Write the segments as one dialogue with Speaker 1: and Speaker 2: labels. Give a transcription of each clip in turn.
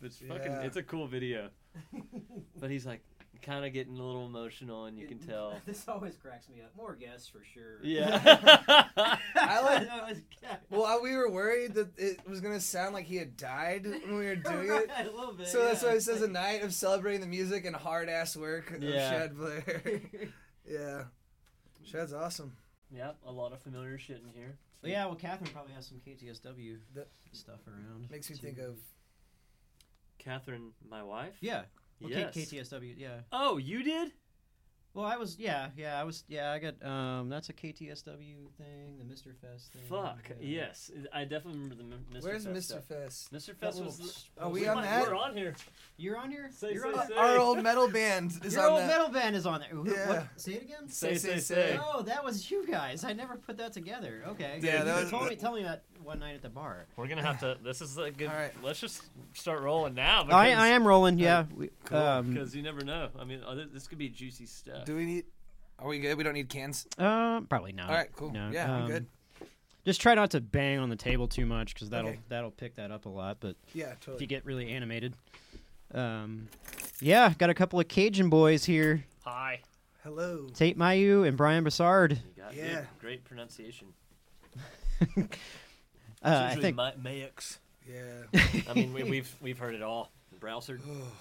Speaker 1: Yeah.
Speaker 2: It's a cool video. But he's like kind of getting a little emotional, and you can tell.
Speaker 3: This always cracks me up. More guests for sure.
Speaker 2: Yeah.
Speaker 1: I like-
Speaker 3: That was good.
Speaker 1: Well, I- we were worried that it was gonna sound like he had died when we were doing it.
Speaker 3: Right, a little bit.
Speaker 1: So that's
Speaker 3: yeah.
Speaker 1: why it says a night of celebrating the music and hard ass work of
Speaker 2: Yeah.
Speaker 1: Shad Blair. yeah, Shad's awesome.
Speaker 2: yep, a lot of familiar shit in here.
Speaker 3: But yeah, well, Catherine probably has some KTSW
Speaker 1: That-
Speaker 3: stuff around.
Speaker 1: Makes me
Speaker 3: too.
Speaker 1: think of
Speaker 2: Catherine, my wife.
Speaker 3: Yeah. Well, K-
Speaker 2: Yes.
Speaker 3: KTSW. Yeah.
Speaker 2: Oh, you did?
Speaker 3: Well, I was. Yeah. Yeah. I was. Yeah. I got. Um. That's a KTSW thing. The Mister Fest thing.
Speaker 2: Fuck.
Speaker 3: yeah.
Speaker 2: Yes, I definitely remember the M- Mr.
Speaker 1: where's
Speaker 2: Fest
Speaker 1: Mr.
Speaker 2: stuff.
Speaker 1: Fest?
Speaker 2: Mr.
Speaker 3: That
Speaker 2: Fest
Speaker 3: little
Speaker 2: was.
Speaker 3: s-
Speaker 2: the-
Speaker 1: Are we
Speaker 2: we
Speaker 1: on
Speaker 2: might-
Speaker 1: that?
Speaker 2: We're on here.
Speaker 3: You're on here.
Speaker 2: Say,
Speaker 3: You're
Speaker 2: say,
Speaker 3: on
Speaker 2: say.
Speaker 1: Our old metal band is
Speaker 3: Your
Speaker 1: on
Speaker 3: old
Speaker 1: that.
Speaker 3: metal band is on there. Who,
Speaker 1: Yeah.
Speaker 3: what, say it again.
Speaker 2: Say, say, say.
Speaker 3: Oh, that was you guys. I never put that together. Okay.
Speaker 1: Yeah,
Speaker 3: You
Speaker 1: that was-
Speaker 3: told me, tell me that one night at the bar.
Speaker 2: We're gonna have to. This is a good.
Speaker 1: All right.
Speaker 2: Let's just start rolling now. Because,
Speaker 3: I, I am rolling.
Speaker 1: uh,
Speaker 3: Yeah. We,
Speaker 2: Cool,
Speaker 3: um,
Speaker 2: 'cause you never know. I mean, oh, this, this could be juicy stuff.
Speaker 1: Do we need? Are we good? We don't need cans.
Speaker 3: uh, probably not.
Speaker 1: All right, cool.
Speaker 3: No,
Speaker 1: yeah, I'm
Speaker 3: um,
Speaker 1: good.
Speaker 3: Just try not to bang on the table too much because that'll
Speaker 1: Okay.
Speaker 3: that'll pick that up a lot. But
Speaker 1: Yeah,
Speaker 3: if you
Speaker 1: totally.
Speaker 3: get really animated, um, yeah, got a couple of Cajun boys here:
Speaker 2: Hi.
Speaker 1: Hello.
Speaker 3: Tate Mayu and Brian Bassard.
Speaker 2: You got
Speaker 1: Yeah.
Speaker 2: good, great pronunciation. It's
Speaker 3: Uh, I
Speaker 2: usually
Speaker 3: think
Speaker 2: my, Mayux.
Speaker 1: Yeah.
Speaker 2: I mean, we, we've we've heard it all. Browser.
Speaker 1: Oh,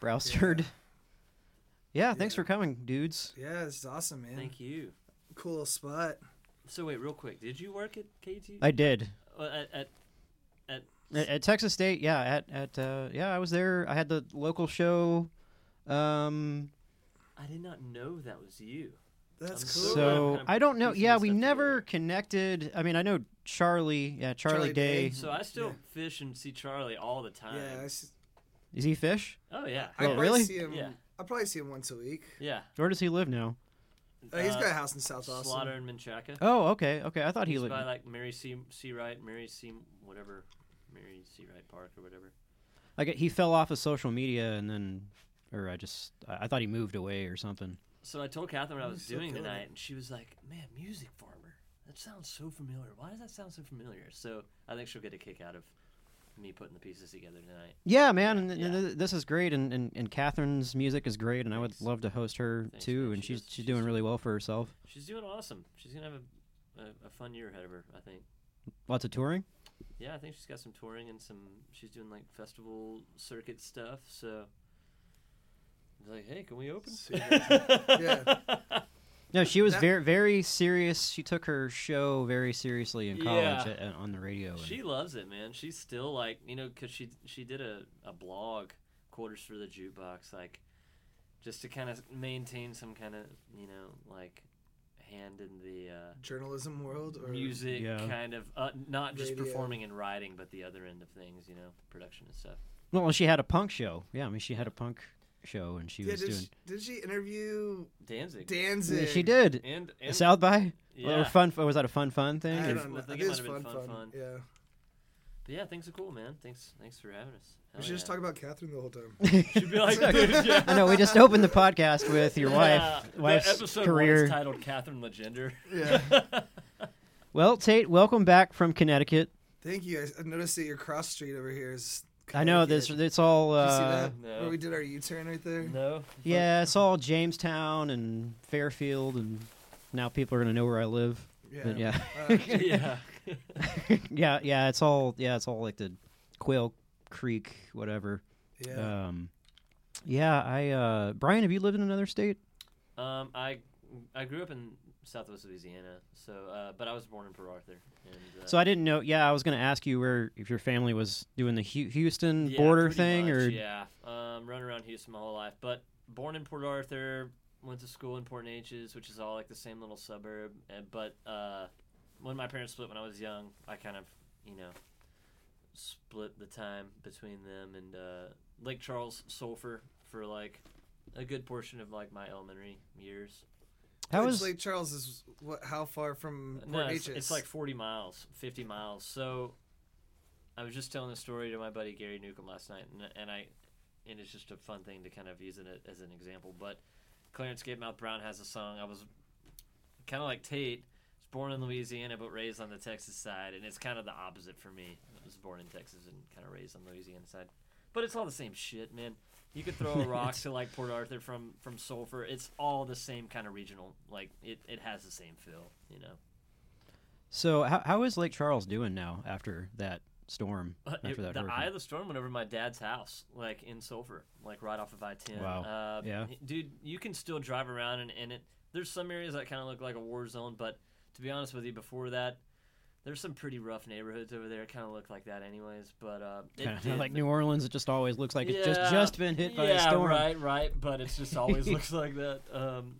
Speaker 3: Browsard. Yeah, thanks
Speaker 1: Yeah.
Speaker 3: for coming, dudes.
Speaker 1: yeah, this is awesome, man.
Speaker 2: Thank you.
Speaker 1: Cool little spot.
Speaker 2: So wait, real quick, did you work at KT?
Speaker 3: I did
Speaker 2: Uh, at, at
Speaker 3: at, at Texas State. Yeah, at at uh, yeah, I was there. I had the local show. Um,
Speaker 2: I did not know that was you.
Speaker 1: That's
Speaker 2: I'm
Speaker 1: cool.
Speaker 2: I'm
Speaker 3: so
Speaker 2: kinda
Speaker 3: I don't know.
Speaker 2: piecing
Speaker 3: Yeah,
Speaker 2: this
Speaker 3: we
Speaker 2: stuff
Speaker 3: never
Speaker 2: together.
Speaker 3: connected. I mean, I know Charlie. Yeah, Charlie,
Speaker 1: Charlie
Speaker 3: Day.
Speaker 1: Day.
Speaker 2: So I still
Speaker 1: Mm-hmm. Yeah.
Speaker 2: fish and see Charlie all the time.
Speaker 1: yeah, I, s-
Speaker 3: Is he fish?
Speaker 2: oh yeah.
Speaker 1: I
Speaker 3: Oh,
Speaker 1: probably
Speaker 3: really?
Speaker 1: See him,
Speaker 2: Yeah.
Speaker 1: I probably see him once a week.
Speaker 2: yeah.
Speaker 3: Where does he live now?
Speaker 1: Uh, he's
Speaker 2: Uh,
Speaker 1: got a house in South Austin.
Speaker 2: Slaughter and Menchaca.
Speaker 3: Oh, okay, okay. I thought he
Speaker 2: He's
Speaker 3: lived.
Speaker 2: by like Mary C. C. Wright, Mary C. whatever, Mary C. Wright Park or whatever.
Speaker 3: I get, he fell off of social media and then, or I just, I I thought he moved away or something.
Speaker 2: So I told Catherine what I
Speaker 1: You're
Speaker 2: was
Speaker 1: so
Speaker 2: doing
Speaker 1: good.
Speaker 2: tonight, and she was like, "Man, Music Farmer. That sounds so familiar. Why does that sound so familiar?" So I think she'll get a kick out of me putting the pieces together tonight.
Speaker 3: Yeah, man,
Speaker 2: Yeah,
Speaker 3: and, th-
Speaker 2: yeah.
Speaker 3: th- this is great, and, and, and Catherine's music is great, and I would
Speaker 2: Thanks.
Speaker 3: love to host her
Speaker 2: Thanks,
Speaker 3: too.
Speaker 2: man.
Speaker 3: And
Speaker 2: She
Speaker 3: she's
Speaker 2: does-
Speaker 3: she's doing
Speaker 2: she's-
Speaker 3: really well for herself.
Speaker 2: She's doing awesome. She's gonna have a, a, a fun year ahead of her, I think.
Speaker 3: Lots of touring.
Speaker 2: Yeah, I think she's got some touring and some. She's doing like festival circuit stuff. So, I was like, hey, can we open?
Speaker 1: See you guys.
Speaker 3: No, she was
Speaker 1: That-
Speaker 3: very very serious. She took her show very seriously in college
Speaker 2: Yeah.
Speaker 3: a- a- on the radio. and-
Speaker 2: She loves it, man. She's still like, you know, because she she did a, a blog, quarters for the jukebox, like, just to kind of maintain some kind of you know like hand in the uh,
Speaker 1: Journalism world or
Speaker 2: music
Speaker 3: Yeah.
Speaker 2: kind of uh, not just
Speaker 1: Radio.
Speaker 2: performing and writing, but the other end of things, you know, production and stuff.
Speaker 3: well, she had a punk show. Yeah, I mean, she had a punk show, and she
Speaker 1: Yeah,
Speaker 3: was
Speaker 1: did,
Speaker 3: doing.
Speaker 1: she, did she interview
Speaker 2: Danzig
Speaker 3: Yeah,
Speaker 1: Danzig?
Speaker 3: She did.
Speaker 2: and and
Speaker 3: South by
Speaker 2: yeah.
Speaker 3: or fun was that a fun fun thing?
Speaker 1: I
Speaker 3: Or-
Speaker 1: don't know.
Speaker 2: I
Speaker 1: I think
Speaker 2: think it
Speaker 1: it was
Speaker 2: might have
Speaker 1: fun,
Speaker 2: been
Speaker 1: fun,
Speaker 2: fun, fun.
Speaker 1: Yeah.
Speaker 2: But yeah, things are cool, man. Thanks, thanks for having us. Hell
Speaker 1: we should just
Speaker 2: yeah.
Speaker 1: talk about Catherine the whole time.
Speaker 2: She'd be like, dude, yeah.
Speaker 3: I know we just opened the podcast with your
Speaker 2: Yeah,
Speaker 3: wife,
Speaker 2: the
Speaker 3: wife's
Speaker 2: episode
Speaker 3: career.
Speaker 2: One's titled Catherine Legender.
Speaker 1: Yeah.
Speaker 3: Well, Tate, welcome back from Connecticut.
Speaker 1: Thank you. I- I noticed that your cross street over here is.
Speaker 3: I know this.
Speaker 1: Connecticut.
Speaker 3: It's all.
Speaker 1: Did you see
Speaker 3: Uh,
Speaker 1: that?
Speaker 2: no.
Speaker 1: Where we did our U-turn right there.
Speaker 2: no.
Speaker 3: yeah, it's all Jamestown and Fairfield, and now people are gonna know where I live. But yeah,
Speaker 1: Uh,
Speaker 2: yeah.
Speaker 3: yeah, yeah. It's all. Yeah, it's all like the Quail Creek, whatever.
Speaker 1: yeah.
Speaker 3: Um, yeah. I uh, Brian, have you lived in another state?
Speaker 2: Um, I I grew up in Southwest Louisiana, so uh, but I was born in Port Arthur. And, uh,
Speaker 3: So I didn't know. Yeah, I was gonna ask you where if your family was doing the Hu- Houston
Speaker 2: yeah,
Speaker 3: border
Speaker 2: pretty
Speaker 3: thing,
Speaker 2: much,
Speaker 3: or
Speaker 2: yeah, um, run around Houston my whole life, but born in Port Arthur, went to school in Port Neches, which is all like the same little suburb. And, but uh, when my parents split when I was young, I kind of you know split the time between them and uh, Lake Charles Sulphur for like a good portion of like my elementary years.
Speaker 3: how
Speaker 1: Which
Speaker 3: was
Speaker 1: Lake Charles? Is what? How far from Port
Speaker 2: Uh, No, it's,
Speaker 1: Neches?
Speaker 2: it's like 40 miles, 50 miles. So I was just telling the story to my buddy Gary Newcomb last night, and, and I, and it's just a fun thing to kind of use it as an example. But Clarence Gate Mouth Brown has a song. I was kind of like Tate. was Born in Louisiana but raised on the Texas side, and it's kind of the opposite for me. I was born in Texas and kind of raised on the Louisiana side. But it's all the same shit, man. You could throw a rock to like Port Arthur from from Sulphur. It's all the same kind of regional. Like it, it has the same feel, you know.
Speaker 3: So how, how is Lake Charles doing now after that storm?
Speaker 2: But
Speaker 3: After
Speaker 2: uh, it-
Speaker 3: that
Speaker 2: the eye
Speaker 3: hurricane?
Speaker 2: of the storm went over my dad's house, like in Sulphur, like right off of I ten.
Speaker 3: Wow.
Speaker 2: Uh,
Speaker 3: Yeah.
Speaker 2: Dude, you can still drive around and, and it. There's some areas that kind of look like a war zone, but to be honest with you, before that, there's some pretty rough neighborhoods over there. Kind of look like that, anyways. But uh, it
Speaker 3: Kinda
Speaker 2: did-
Speaker 3: like New Orleans, it just always looks like it's
Speaker 2: Yeah.
Speaker 3: just just been hit by a
Speaker 2: Yeah,
Speaker 3: storm.
Speaker 2: right, right. But it's just always looks like that. Um,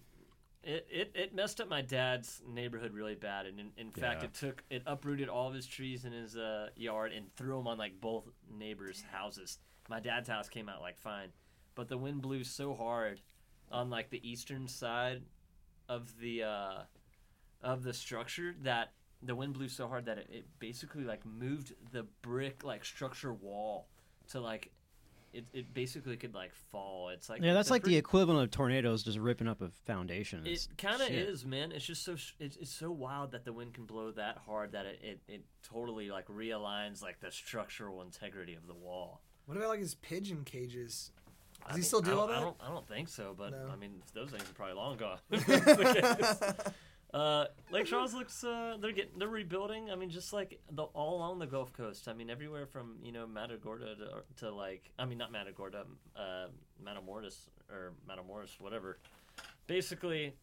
Speaker 2: it, it it messed up my dad's neighborhood really bad, and in, in fact,
Speaker 3: Yeah.
Speaker 2: it took it uprooted all of his trees in his uh, yard and threw them on like both neighbors' houses. My dad's house came out like fine, but the wind blew so hard on like the eastern side of the uh, of the structure that the wind blew so hard that it, it basically like moved the brick like structure wall to like it, it basically could like fall. It's like
Speaker 3: Yeah,
Speaker 2: it's
Speaker 3: that's
Speaker 2: a
Speaker 3: like
Speaker 2: pretty-
Speaker 3: the equivalent of tornadoes just ripping up a foundation.
Speaker 2: it
Speaker 3: It's
Speaker 2: kind of
Speaker 3: shit.
Speaker 2: is, man. It's just so sh- it's, it's so wild that the wind can blow that hard that it, it, it totally like realigns like the structural integrity of the wall.
Speaker 1: What about like his pigeon cages?
Speaker 2: I
Speaker 1: Does he
Speaker 2: mean,
Speaker 1: still do
Speaker 2: I don't-
Speaker 1: all
Speaker 2: I
Speaker 1: that?
Speaker 2: don't, I don't think so, but
Speaker 1: No.
Speaker 2: I mean those things are probably long gone. If that's the case. uh, Lake Charles looks uh, they're getting they're rebuilding. I mean just like the all along the Gulf Coast. I mean everywhere from you know Matagorda to, to like I mean not Matagorda, uh, Matamortis or Matamoros whatever. Basically,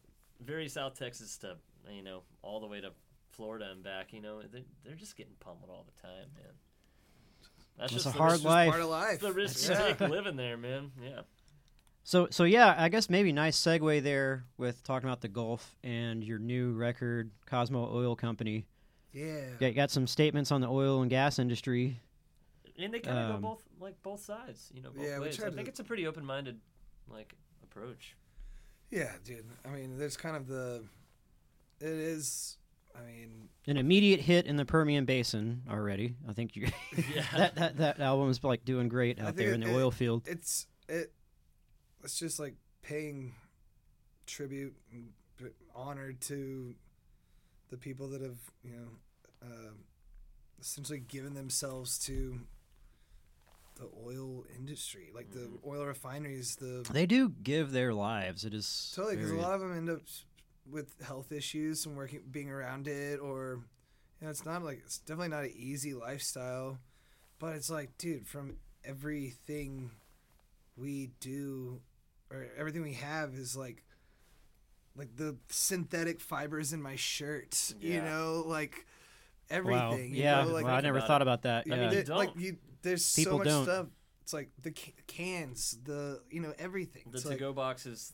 Speaker 2: very South Texas to you know all the way to Florida and back. You know they're, they're just getting pummeled all the time, man. That's
Speaker 3: It's a
Speaker 2: the
Speaker 3: hard
Speaker 2: risk-
Speaker 1: It's just
Speaker 3: life.
Speaker 1: Part of life.
Speaker 2: The risk
Speaker 1: Yeah.
Speaker 2: you take living there, man. Yeah.
Speaker 3: So, so yeah, I guess maybe nice segue there with talking about the Gulf and your new record, Cosmo Oil Company.
Speaker 1: Yeah.
Speaker 3: Got, got some statements on the oil and gas industry.
Speaker 2: and they kind of
Speaker 3: Um,
Speaker 2: go both like both sides, you know. Both
Speaker 1: Yeah, we
Speaker 2: ways. I
Speaker 1: tried
Speaker 2: think
Speaker 1: to-
Speaker 2: it's a pretty open-minded like approach.
Speaker 1: Yeah, dude. I mean, there's kind of the. It is. I mean,
Speaker 3: An immediate hit in the Permian Basin already. I think you
Speaker 2: Yeah,
Speaker 3: that, that that album's like doing great
Speaker 1: I
Speaker 3: out
Speaker 1: think
Speaker 3: there in
Speaker 1: it-
Speaker 3: the
Speaker 1: it-
Speaker 3: oil field.
Speaker 1: it's it. It's just like paying tribute and b- honor to the people that have you know uh, essentially given themselves to the oil industry, like
Speaker 2: Mhm.
Speaker 1: the oil refineries, the
Speaker 3: They do give their lives. It is
Speaker 1: Totally, because a
Speaker 3: very-
Speaker 1: lot of them end up s- with health issues from working, being around it, or you know, it's not like it's definitely not an easy lifestyle. But it's like, dude, from everything we do or everything we have is like, like the synthetic fibers in my shirt, you
Speaker 2: Yeah.
Speaker 1: know, like everything.
Speaker 3: wow.
Speaker 1: you
Speaker 3: Yeah,
Speaker 1: know, like,
Speaker 3: wow, I
Speaker 2: Think
Speaker 3: never
Speaker 2: about
Speaker 3: thought about that.
Speaker 1: you-
Speaker 2: mean,
Speaker 3: yeah.
Speaker 2: they-
Speaker 1: there- like
Speaker 2: don't.
Speaker 1: you, there's
Speaker 3: People
Speaker 1: so much
Speaker 3: don't.
Speaker 1: stuff. It's like the ca- cans, the you know everything.
Speaker 2: the
Speaker 1: It's like,
Speaker 2: to-go boxes.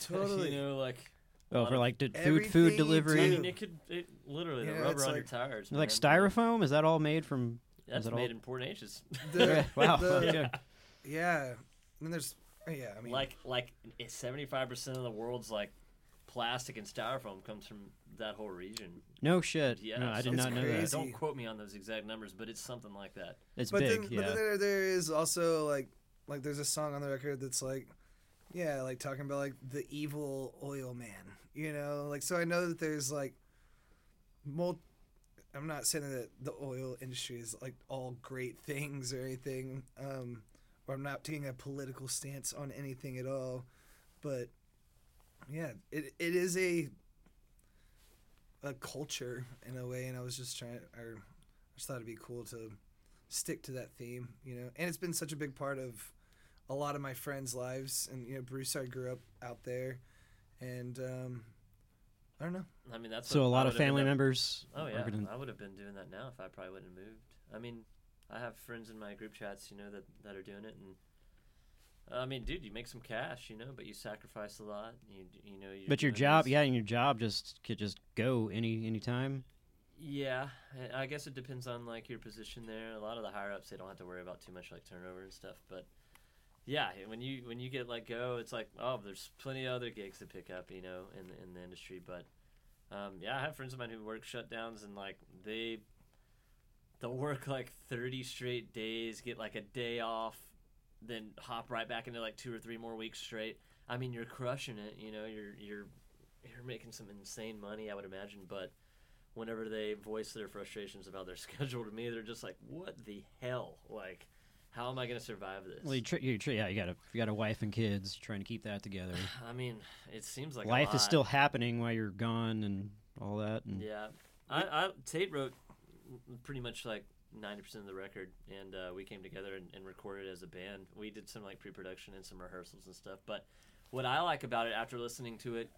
Speaker 1: Totally.
Speaker 2: you know, like
Speaker 3: oh, for like did food
Speaker 1: Everything
Speaker 3: food
Speaker 1: you
Speaker 2: I
Speaker 3: delivery.
Speaker 1: do-
Speaker 2: mean, it could it, literally the
Speaker 1: Yeah,
Speaker 2: rubber
Speaker 1: it's
Speaker 2: on your
Speaker 1: like-
Speaker 2: tires, man.
Speaker 3: Like styrofoam? Is that all made from?
Speaker 2: That's
Speaker 3: is it all-
Speaker 2: made in Port Neches.
Speaker 1: the,
Speaker 3: wow.
Speaker 1: the-
Speaker 3: okay.
Speaker 1: Yeah, and then there's yeah. I mean,
Speaker 2: like like seventy-five percent of the world's like plastic and styrofoam comes from that whole region.
Speaker 3: No shit.
Speaker 2: Yeah,
Speaker 3: no, I did
Speaker 2: something
Speaker 3: not
Speaker 1: It's
Speaker 3: know
Speaker 2: like
Speaker 1: crazy.
Speaker 3: that.
Speaker 2: Don't quote me on those exact numbers, but it's something like that.
Speaker 3: It's
Speaker 1: but
Speaker 3: big.
Speaker 1: then
Speaker 3: yeah.
Speaker 1: but then there, there is also like like there's a song on the record that's like yeah like talking about like the evil oil man you know like so I know that there's like mul- I'm not saying that the oil industry is like all great things or anything um or I'm not taking a political stance on anything at all but yeah it it is a a culture in a way and I was just trying or I just thought it'd be cool to stick to that theme, you know. And it's been such a big part of a lot of my friends' lives. And you know, Bruce, I grew up out there, and um, I don't know.
Speaker 2: I mean, that's
Speaker 3: so
Speaker 2: what
Speaker 3: a
Speaker 2: I
Speaker 3: lot
Speaker 2: would've
Speaker 3: of family
Speaker 2: ended up-
Speaker 3: members.
Speaker 2: Oh
Speaker 3: are
Speaker 2: yeah,
Speaker 3: gonna-
Speaker 2: I would have been doing that now if I probably wouldn't have moved. I mean, I have friends in my group chats, you know, that that are doing it, and I mean, dude, you make some cash, you know, but you sacrifice a lot. You you know, you're
Speaker 3: but your
Speaker 2: doing
Speaker 3: job,
Speaker 2: this-
Speaker 3: yeah, and your job just could just go any any time.
Speaker 2: yeah. I- I guess it depends on like your position there. A lot of the higher ups, they don't have to worry about too much like turnover and stuff, but. Yeah, when you when you get let go, it's like oh, there's plenty of other gigs to pick up, you know, in the, in the industry. But um, yeah, I have friends of mine who work shutdowns, and like they they'll work like 30 straight days, get like a day off, then hop right back into like two or three more weeks straight. I mean, you're crushing it, you know, you're you're you're making some insane money, I would imagine, but whenever they voice their frustrations about their schedule to me, they're just like, "What the hell?" Like How am I going to survive this?
Speaker 3: Well, you, tr- you tr- yeah, you got a you got a wife and kids you're trying to keep that together.
Speaker 2: I mean, it seems like a
Speaker 3: Life
Speaker 2: lot.
Speaker 3: is still happening while you're gone and all that. And
Speaker 2: Yeah, I, I Tate wrote pretty much like ninety percent of the record, and uh, we came together and, and recorded as a band. We did some like pre-production and some rehearsals and stuff. But what I like about it, after listening to it,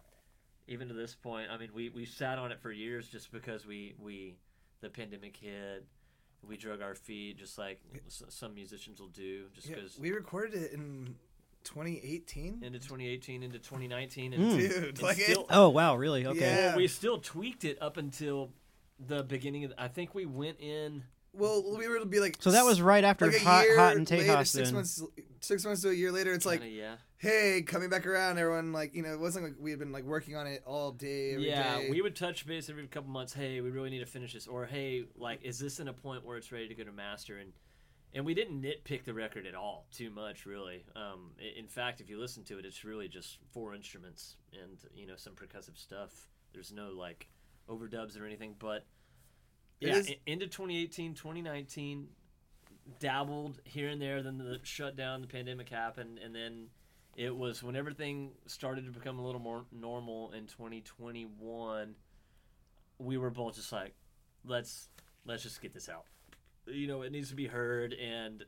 Speaker 2: even to this point, I mean, we we sat on it for years just because we we the pandemic hit. We drug our feet, just like s- some musicians will do, just
Speaker 1: Yeah,
Speaker 2: because
Speaker 1: we recorded it in 2018.
Speaker 2: into 2018, into 2019, and
Speaker 3: Mm.
Speaker 1: Dude,
Speaker 2: it's
Speaker 1: like it-
Speaker 2: still
Speaker 3: Oh wow, really? Okay.
Speaker 1: Yeah.
Speaker 2: Well, we still tweaked it up until the beginning of. The, I think we went in.
Speaker 1: well, we were to be like.
Speaker 3: So that was right after
Speaker 1: like a
Speaker 3: hot,
Speaker 1: year
Speaker 3: hot and
Speaker 1: later,
Speaker 3: Tejas.
Speaker 1: six
Speaker 3: Then
Speaker 1: months, six months to a year later, it's like,
Speaker 2: kinda, yeah,
Speaker 1: hey, coming back around, everyone. Like, you know, it wasn't like we had been like working on it all day. every
Speaker 2: yeah.
Speaker 1: day.
Speaker 2: We would touch base every couple months. Hey, we really need to finish this, or hey, like, is this in a point where it's ready to go to master? And and we didn't nitpick the record at all too much, really. Um, i- in fact, if you listen to it, it's really just four instruments and you know some percussive stuff. There's no like overdubs or anything, but
Speaker 1: It
Speaker 2: yeah,
Speaker 1: is-
Speaker 2: i- into 2018, 2019, dabbled here and there. Then the shutdown, the pandemic happened, and then it was when everything started to become a little more normal in 2021. We were both just like, let's let's just get this out. You know, it needs to be heard, and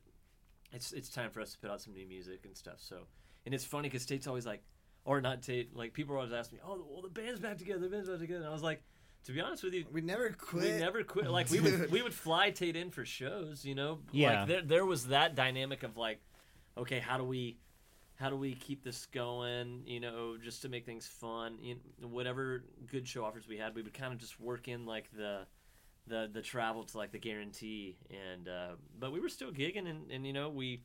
Speaker 2: it's it's time for us to put out some new music and stuff. So, and it's funny because Tate's always like, or not Tate, like people are always asking me, oh, well, the band's back together, the band's back together, and I was like, to be honest with you,
Speaker 1: we never quit.
Speaker 2: we never quit. Like we would we would fly Tate in for shows, you know.
Speaker 3: Yeah.
Speaker 2: Like there there was that dynamic of like, okay, how do we how do we keep this going? You know, just to make things fun. You know, whatever good show offers we had, we would kind of just work in like the the the travel to like the guarantee and uh, but we were still gigging and, and you know we.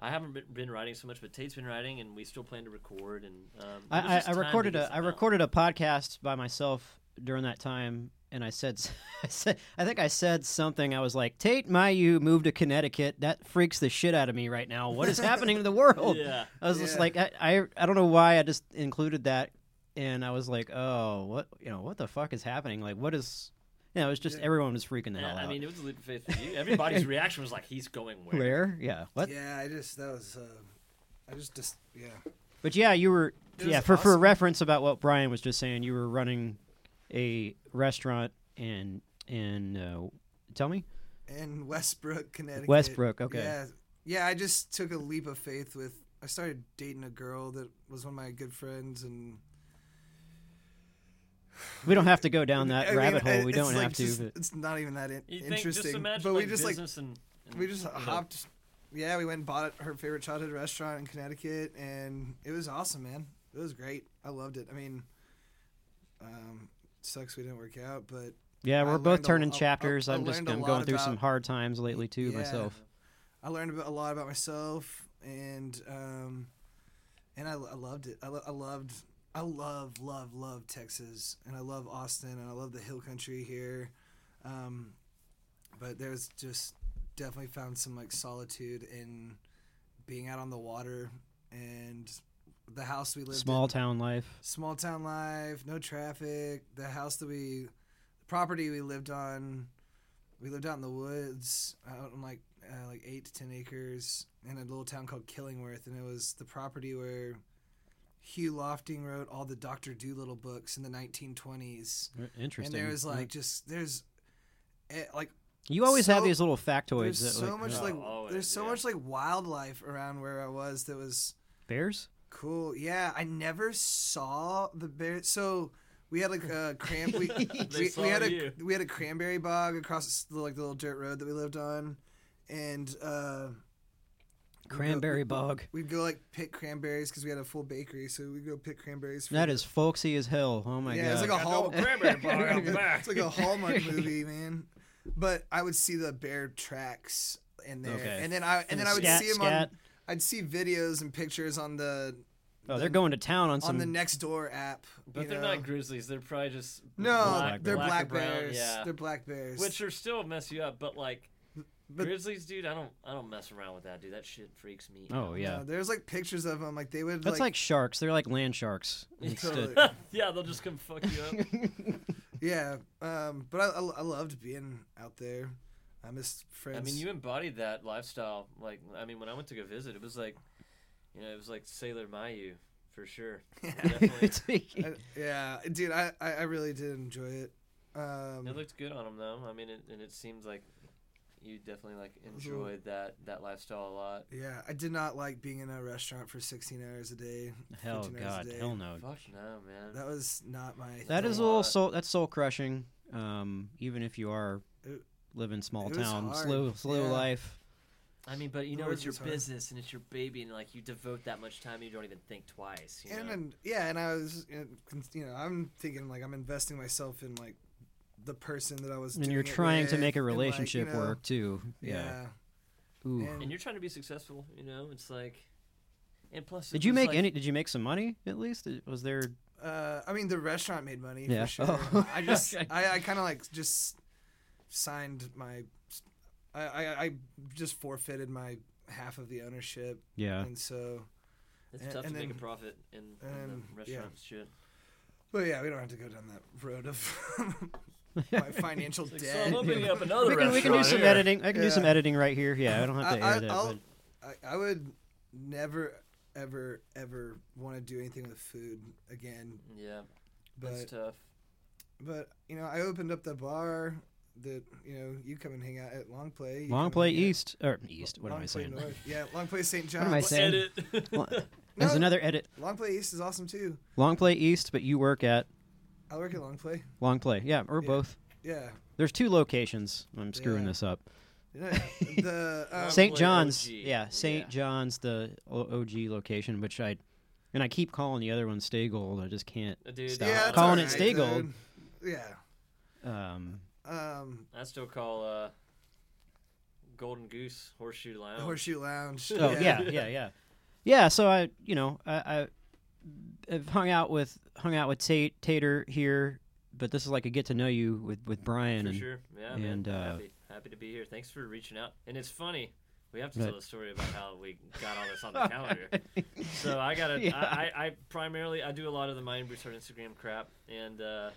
Speaker 2: I haven't been- been writing so much, but Tate's been writing, and we still plan to record. And um, it was
Speaker 3: I, I,
Speaker 2: just
Speaker 3: I
Speaker 2: time to
Speaker 3: recorded
Speaker 2: get
Speaker 3: a
Speaker 2: something
Speaker 3: I
Speaker 2: out.
Speaker 3: recorded a podcast by myself during that time, and I said s- I said I think I said something. I was like, Tate Mayu moved to Connecticut. That freaks the shit out of me right now. What is happening to the world?
Speaker 2: Yeah,
Speaker 3: I was just
Speaker 1: Yeah.
Speaker 3: like, I, I I don't know why I just included that, and I was like, oh, what you know, what the fuck is happening? Like, what is you know, it was just
Speaker 1: Yeah.
Speaker 3: everyone was freaking the
Speaker 2: Yeah,
Speaker 3: hell out.
Speaker 2: I mean, it was a leap of faith for you. Everybody's reaction was like, "He's going where?"
Speaker 3: where? Yeah, what?
Speaker 1: Yeah, I just that was. Uh, I just just yeah.
Speaker 3: But yeah, you were
Speaker 1: It
Speaker 3: yeah
Speaker 1: was
Speaker 3: for for
Speaker 1: awesome.
Speaker 3: reference about what Brian was just saying. You were running a restaurant and and uh, tell me
Speaker 1: in Westbrook, Connecticut.
Speaker 3: Westbrook, okay.
Speaker 1: Yeah, yeah. I just took a leap of faith with. I started dating a girl that was one of my good friends, and
Speaker 3: we don't have to go down that
Speaker 1: I mean,
Speaker 3: rabbit
Speaker 1: I-
Speaker 3: hole. We
Speaker 1: it's
Speaker 3: don't
Speaker 1: like
Speaker 3: have to.
Speaker 1: just-
Speaker 3: but
Speaker 1: It's not even that in-
Speaker 2: You think
Speaker 1: interesting.
Speaker 2: just imagine
Speaker 1: but
Speaker 2: like,
Speaker 1: we just like
Speaker 2: business and, and
Speaker 1: we just
Speaker 2: you know,
Speaker 1: hopped. Yeah, we went and bought her favorite childhood restaurant in Connecticut, and it was awesome, man. It was great. I loved it. I mean, um, sucks we didn't work out, but
Speaker 3: yeah,
Speaker 1: I
Speaker 3: we're
Speaker 1: learned
Speaker 3: both
Speaker 1: a-
Speaker 3: turning
Speaker 1: a- a-
Speaker 3: chapters.
Speaker 1: I
Speaker 3: I'm just
Speaker 1: learned a
Speaker 3: I'm
Speaker 1: lot
Speaker 3: going through some
Speaker 1: about-
Speaker 3: hard times lately too
Speaker 1: Yeah.
Speaker 3: myself.
Speaker 1: I learned a bit- a lot about myself, and um, and I, I loved it. I, lo- I loved, I love, love, love Texas, and I love Austin, and I love the hill country here. Um, but there's just definitely found some like solitude in being out on the water and the house we lived
Speaker 3: Small
Speaker 1: in,
Speaker 3: town life.
Speaker 1: small town life, no traffic. The house that we, the property we lived on, we lived out in the woods, out on like uh, like eight to ten acres in a little town called Killingworth, and it was the property where Hugh Lofting wrote all the Doctor Doolittle books in the 1920s. And
Speaker 3: Interesting.
Speaker 1: there was like just there's, eh, like
Speaker 3: you always have
Speaker 1: so-
Speaker 3: these little
Speaker 1: there's
Speaker 3: factoids. That,
Speaker 1: so
Speaker 3: like, uh,
Speaker 1: much
Speaker 2: Oh,
Speaker 1: like
Speaker 2: always,
Speaker 1: there's so
Speaker 2: yeah.
Speaker 1: much like wildlife around where I was that was
Speaker 3: bears.
Speaker 1: Cool. Yeah, I never saw the bear. So we had like a cram. We, we,
Speaker 2: saw
Speaker 1: we had a
Speaker 2: you.
Speaker 1: we had a cranberry bog across the, like the little dirt road that we lived on, and uh, we'd go-
Speaker 3: Cranberry
Speaker 1: we'd go-
Speaker 3: bog.
Speaker 1: We'd go like pick cranberries because we had a full bakery, so we'd go pick cranberries. For
Speaker 3: That is folksy as hell. Oh my
Speaker 1: yeah,
Speaker 3: god.
Speaker 1: it's like a hall.
Speaker 2: cranberry bog out back.
Speaker 1: it's like a Hallmark movie, man. But I would see the bear tracks in there,
Speaker 3: Okay.
Speaker 1: and then I and then I would
Speaker 3: Scat,
Speaker 1: see him
Speaker 3: scat.
Speaker 1: on. I'd see videos and pictures on the
Speaker 3: oh, they're going to town on some.
Speaker 1: on the next door app.
Speaker 2: But
Speaker 1: you
Speaker 2: they're
Speaker 1: know?
Speaker 2: not grizzlies. They're probably just
Speaker 1: No,
Speaker 2: black,
Speaker 1: they're
Speaker 2: black,
Speaker 1: black,
Speaker 2: or brown,
Speaker 1: bears.
Speaker 2: Yeah,
Speaker 1: They're black bears.
Speaker 2: which are still mess you up. But like
Speaker 1: But-
Speaker 2: grizzlies, dude, I don't I don't mess around with that, dude. That shit freaks me.
Speaker 3: oh
Speaker 1: Uh,
Speaker 3: yeah.
Speaker 1: there's like pictures of them. Like they would.
Speaker 3: That's like,
Speaker 1: like,
Speaker 3: sharks. They're like land sharks.
Speaker 1: Totally.
Speaker 3: Instead.
Speaker 2: out. yeah, they'll just come fuck you up.
Speaker 1: yeah. Um, but I, I, I loved being out there. I miss friends.
Speaker 2: I mean, you embodied that lifestyle. Like, I mean, when I went to go visit, it was like, you know, it was like Sailor Mayu for sure. Definitely.
Speaker 1: I, yeah, dude, I, I I really did enjoy it. Um,
Speaker 2: It looked good on him though. I mean, it, and it seems like you definitely like
Speaker 1: little-
Speaker 2: enjoyed that that lifestyle a lot.
Speaker 1: yeah, I did not like being in a restaurant for 16 hours a day.
Speaker 3: hell
Speaker 1: 15 hours a
Speaker 3: god,
Speaker 1: day.
Speaker 3: hell no.
Speaker 2: Fuck no, man.
Speaker 1: That was not my.
Speaker 3: That
Speaker 1: thing.
Speaker 3: is a little soul. That's soul crushing. Um, even if you are
Speaker 1: It-
Speaker 3: live in small
Speaker 1: it was
Speaker 3: town,
Speaker 1: hard,
Speaker 3: slow slow
Speaker 1: yeah.
Speaker 3: life.
Speaker 2: I mean, but you know,
Speaker 1: Work
Speaker 2: it's your
Speaker 1: is hard.
Speaker 2: business and it's your baby, and like you devote that much time, you don't even think twice. You
Speaker 1: and,
Speaker 2: know?
Speaker 1: and yeah, and I was, uh, con- you know, I'm thinking like I'm investing myself in like the person that I was.
Speaker 3: And
Speaker 1: doing
Speaker 3: you're
Speaker 1: it
Speaker 3: trying to
Speaker 1: with,
Speaker 3: make a
Speaker 1: and, like, you
Speaker 3: relationship
Speaker 1: know,
Speaker 3: work too. Yeah.
Speaker 1: Yeah.
Speaker 3: Ooh.
Speaker 1: and-
Speaker 2: And you're trying to be successful. You know, it's like, and plus,
Speaker 3: Did
Speaker 2: it
Speaker 3: you
Speaker 2: was,
Speaker 3: make
Speaker 2: like-
Speaker 3: any? Did you make some money at least? Did- Was there?
Speaker 1: Uh, I mean, the restaurant made money
Speaker 3: Yeah.
Speaker 1: for sure.
Speaker 3: Oh.
Speaker 1: I just,
Speaker 3: Okay.
Speaker 1: I, I kind of like just signed my, I, I, I just forfeited my half of the ownership,
Speaker 3: Yeah.
Speaker 1: and so,
Speaker 2: It's
Speaker 1: and-
Speaker 2: tough
Speaker 1: and
Speaker 2: to make
Speaker 1: then-
Speaker 2: a profit in, in
Speaker 1: and,
Speaker 2: the
Speaker 1: yeah.
Speaker 2: restaurant shit.
Speaker 1: but yeah, we don't have to go down that road of my financial
Speaker 2: It's like, so
Speaker 1: debt.
Speaker 2: I'm opening up another
Speaker 3: we can we can do
Speaker 2: restaurant
Speaker 3: some
Speaker 2: here.
Speaker 3: editing. I can do some
Speaker 1: Yeah.
Speaker 3: editing right here. Yeah, I don't have to
Speaker 1: I- I-
Speaker 3: air that.
Speaker 1: I'll-
Speaker 3: but-
Speaker 1: I, I would never, ever, ever want to do anything with food again.
Speaker 2: Yeah, that's
Speaker 1: But,
Speaker 2: tough.
Speaker 1: but you know, I opened up the bar that you know you come and hang out at Long Play. you come
Speaker 3: Long
Speaker 1: and
Speaker 3: play
Speaker 1: hang out-
Speaker 3: east or east. What
Speaker 1: Long
Speaker 3: am I
Speaker 1: Play
Speaker 3: saying?
Speaker 1: North. Yeah, Long Play St. John.
Speaker 3: am I saying? Sam.
Speaker 2: Edit.
Speaker 3: Well,
Speaker 1: No.
Speaker 3: There's another edit.
Speaker 1: Long Play East is awesome too.
Speaker 3: Long play east, but you work at
Speaker 1: I work at Long Play.
Speaker 3: long play. Yeah, or
Speaker 1: Yeah.
Speaker 3: both.
Speaker 1: Yeah.
Speaker 3: There's two locations. I'm screwing
Speaker 1: Yeah.
Speaker 3: this up.
Speaker 1: No, the um,
Speaker 3: St.
Speaker 2: Play
Speaker 3: John's,
Speaker 2: OG,
Speaker 3: yeah, St.
Speaker 2: yeah.
Speaker 3: John's, the O- OG location, which I, and I keep calling the other one Stay Gold. I just can't.
Speaker 2: Dude,
Speaker 3: Stop.
Speaker 1: yeah, it's
Speaker 3: Calling it
Speaker 1: alright,
Speaker 3: Stay Gold.
Speaker 1: dude. Yeah.
Speaker 3: Um,
Speaker 1: Um,
Speaker 2: I still call uh, Golden Goose Horseshoe Lounge.
Speaker 1: Horseshoe Lounge.
Speaker 3: oh yeah, yeah, yeah, yeah. So I, you know, I, I, have hung out with hung out with Tate Tater here, but this is like a get to know you with with Brian
Speaker 2: For
Speaker 3: and
Speaker 2: sure. Yeah,
Speaker 3: and,
Speaker 2: man.
Speaker 3: uh,
Speaker 2: happy, happy to be here. Thanks for reaching out. And it's funny. We have to
Speaker 3: Right.
Speaker 2: tell the story about how we got all this on the calendar. So I gotta.
Speaker 3: Yeah.
Speaker 2: I, I, I primarily I do a lot of the Mind Booster Instagram crap, and uh,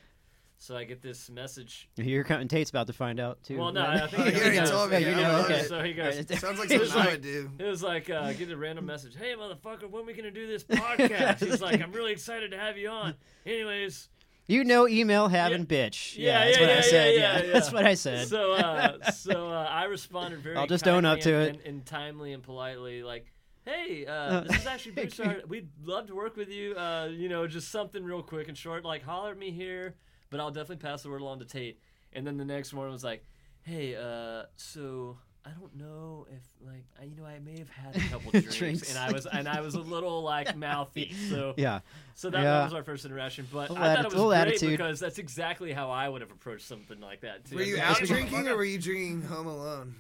Speaker 2: so I get this message.
Speaker 3: here coming Tate's about to find out too.
Speaker 2: Well, no, I think I
Speaker 1: Oh, You already told me,
Speaker 3: Yeah, you
Speaker 1: I
Speaker 3: know,
Speaker 1: love
Speaker 3: okay.
Speaker 1: it.
Speaker 2: So he goes.
Speaker 3: Alright,
Speaker 1: Sounds like something
Speaker 2: It was
Speaker 1: I
Speaker 2: like-
Speaker 1: would do.
Speaker 2: It was like uh, get a random message. Hey, motherfucker, when we gonna do this podcast? He's like, I'm really excited to have you on. Anyways,
Speaker 3: you know, email having bitch.
Speaker 2: Yeah,
Speaker 3: that's
Speaker 2: yeah,
Speaker 3: what I
Speaker 2: yeah,
Speaker 3: said.
Speaker 2: yeah, yeah,
Speaker 3: that's
Speaker 2: yeah.
Speaker 3: what I said.
Speaker 2: So, uh, so uh, I responded very.
Speaker 3: I'll just own up
Speaker 2: kindly
Speaker 3: to
Speaker 2: and, And, and timely and politely, like, "Hey,
Speaker 3: Uh,
Speaker 2: uh, this is actually Bruce. Ar- We'd love to work with you. Uh, you know, just something real quick and short, like holler at me here, but I'll definitely pass the word along to Tate." And then the next morning was like, "Hey, uh, so." I don't know if like I, you know I may have had a couple drinks,
Speaker 3: Drinks.
Speaker 2: and I was and I was a little like mouthy so
Speaker 3: yeah,
Speaker 2: so that,
Speaker 3: Yeah.
Speaker 2: that was our first interaction but
Speaker 3: Little
Speaker 2: I
Speaker 3: atti-
Speaker 2: thought it was
Speaker 3: little
Speaker 2: great
Speaker 3: attitude.
Speaker 2: because that's exactly how I would have approached something like that too
Speaker 1: Were you
Speaker 2: Like,
Speaker 1: out
Speaker 2: "Hey,
Speaker 1: drinking
Speaker 2: motherfucker,
Speaker 1: or were you drinking Home Alone?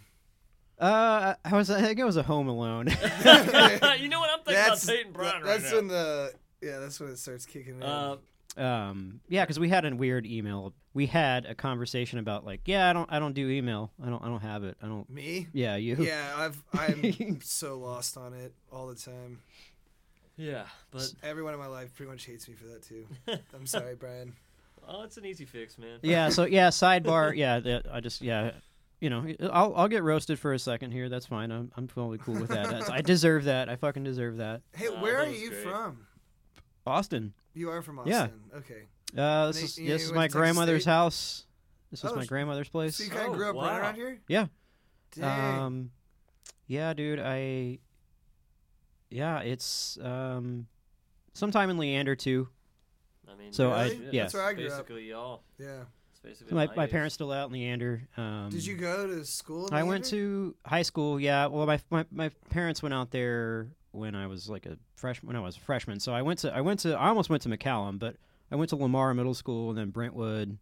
Speaker 3: uh, I was. I think it was a Home Alone.
Speaker 2: you know what I'm thinking
Speaker 1: That's
Speaker 2: about Peyton Brown right
Speaker 1: that's
Speaker 2: now.
Speaker 1: when the yeah that's when it starts kicking in.
Speaker 2: uh,
Speaker 3: um yeah because we had a weird email we had a conversation about like yeah i don't i don't do email i don't i don't have it i don't
Speaker 1: Me?
Speaker 3: yeah you
Speaker 1: Yeah, I've I'm so lost on it all the time.
Speaker 2: yeah, but
Speaker 1: Everyone in my life pretty much hates me for that too. I'm sorry, Brian.
Speaker 2: oh, it's an easy fix, man.
Speaker 3: Yeah, so yeah sidebar yeah that- i just yeah you know i'll i'll get roasted for a second here that's fine i'm, I'm totally cool with that that's, i deserve that i fucking deserve that
Speaker 1: Hey,
Speaker 2: Nah,
Speaker 1: where
Speaker 2: that
Speaker 1: are
Speaker 2: was
Speaker 1: you
Speaker 2: great.
Speaker 1: from?
Speaker 3: austin
Speaker 1: You are from Austin.
Speaker 3: Yeah.
Speaker 1: Okay.
Speaker 3: uh this
Speaker 1: They-
Speaker 3: is
Speaker 1: you
Speaker 3: this is
Speaker 1: went
Speaker 3: my
Speaker 1: to Texas
Speaker 3: grandmother's
Speaker 1: State?
Speaker 3: house this is
Speaker 1: Oh,
Speaker 3: my
Speaker 1: sh-
Speaker 3: grandmother's place
Speaker 1: So you kind of
Speaker 2: Oh,
Speaker 1: grew up right
Speaker 2: wow.
Speaker 1: around here?
Speaker 3: Yeah.
Speaker 1: Dang.
Speaker 3: Um, yeah, dude. I. Yeah, it's um, sometime in Leander too.
Speaker 2: I mean,
Speaker 3: So
Speaker 1: I-
Speaker 2: shit,
Speaker 3: yeah.
Speaker 1: That's where I grew up.
Speaker 2: basically y'all.
Speaker 1: yeah.
Speaker 2: It's basically
Speaker 3: So my,
Speaker 2: my,
Speaker 3: my
Speaker 2: age.
Speaker 3: parents still out in Leander. Um,
Speaker 1: Did you go to school? in
Speaker 3: I went
Speaker 1: Leander?
Speaker 3: to high school. Yeah. Well, my, my my parents went out there when I was like a freshman. When I was a freshman, so I went to I went to I almost went to McCallum, but I went to Lamar Middle School and then Brentwood.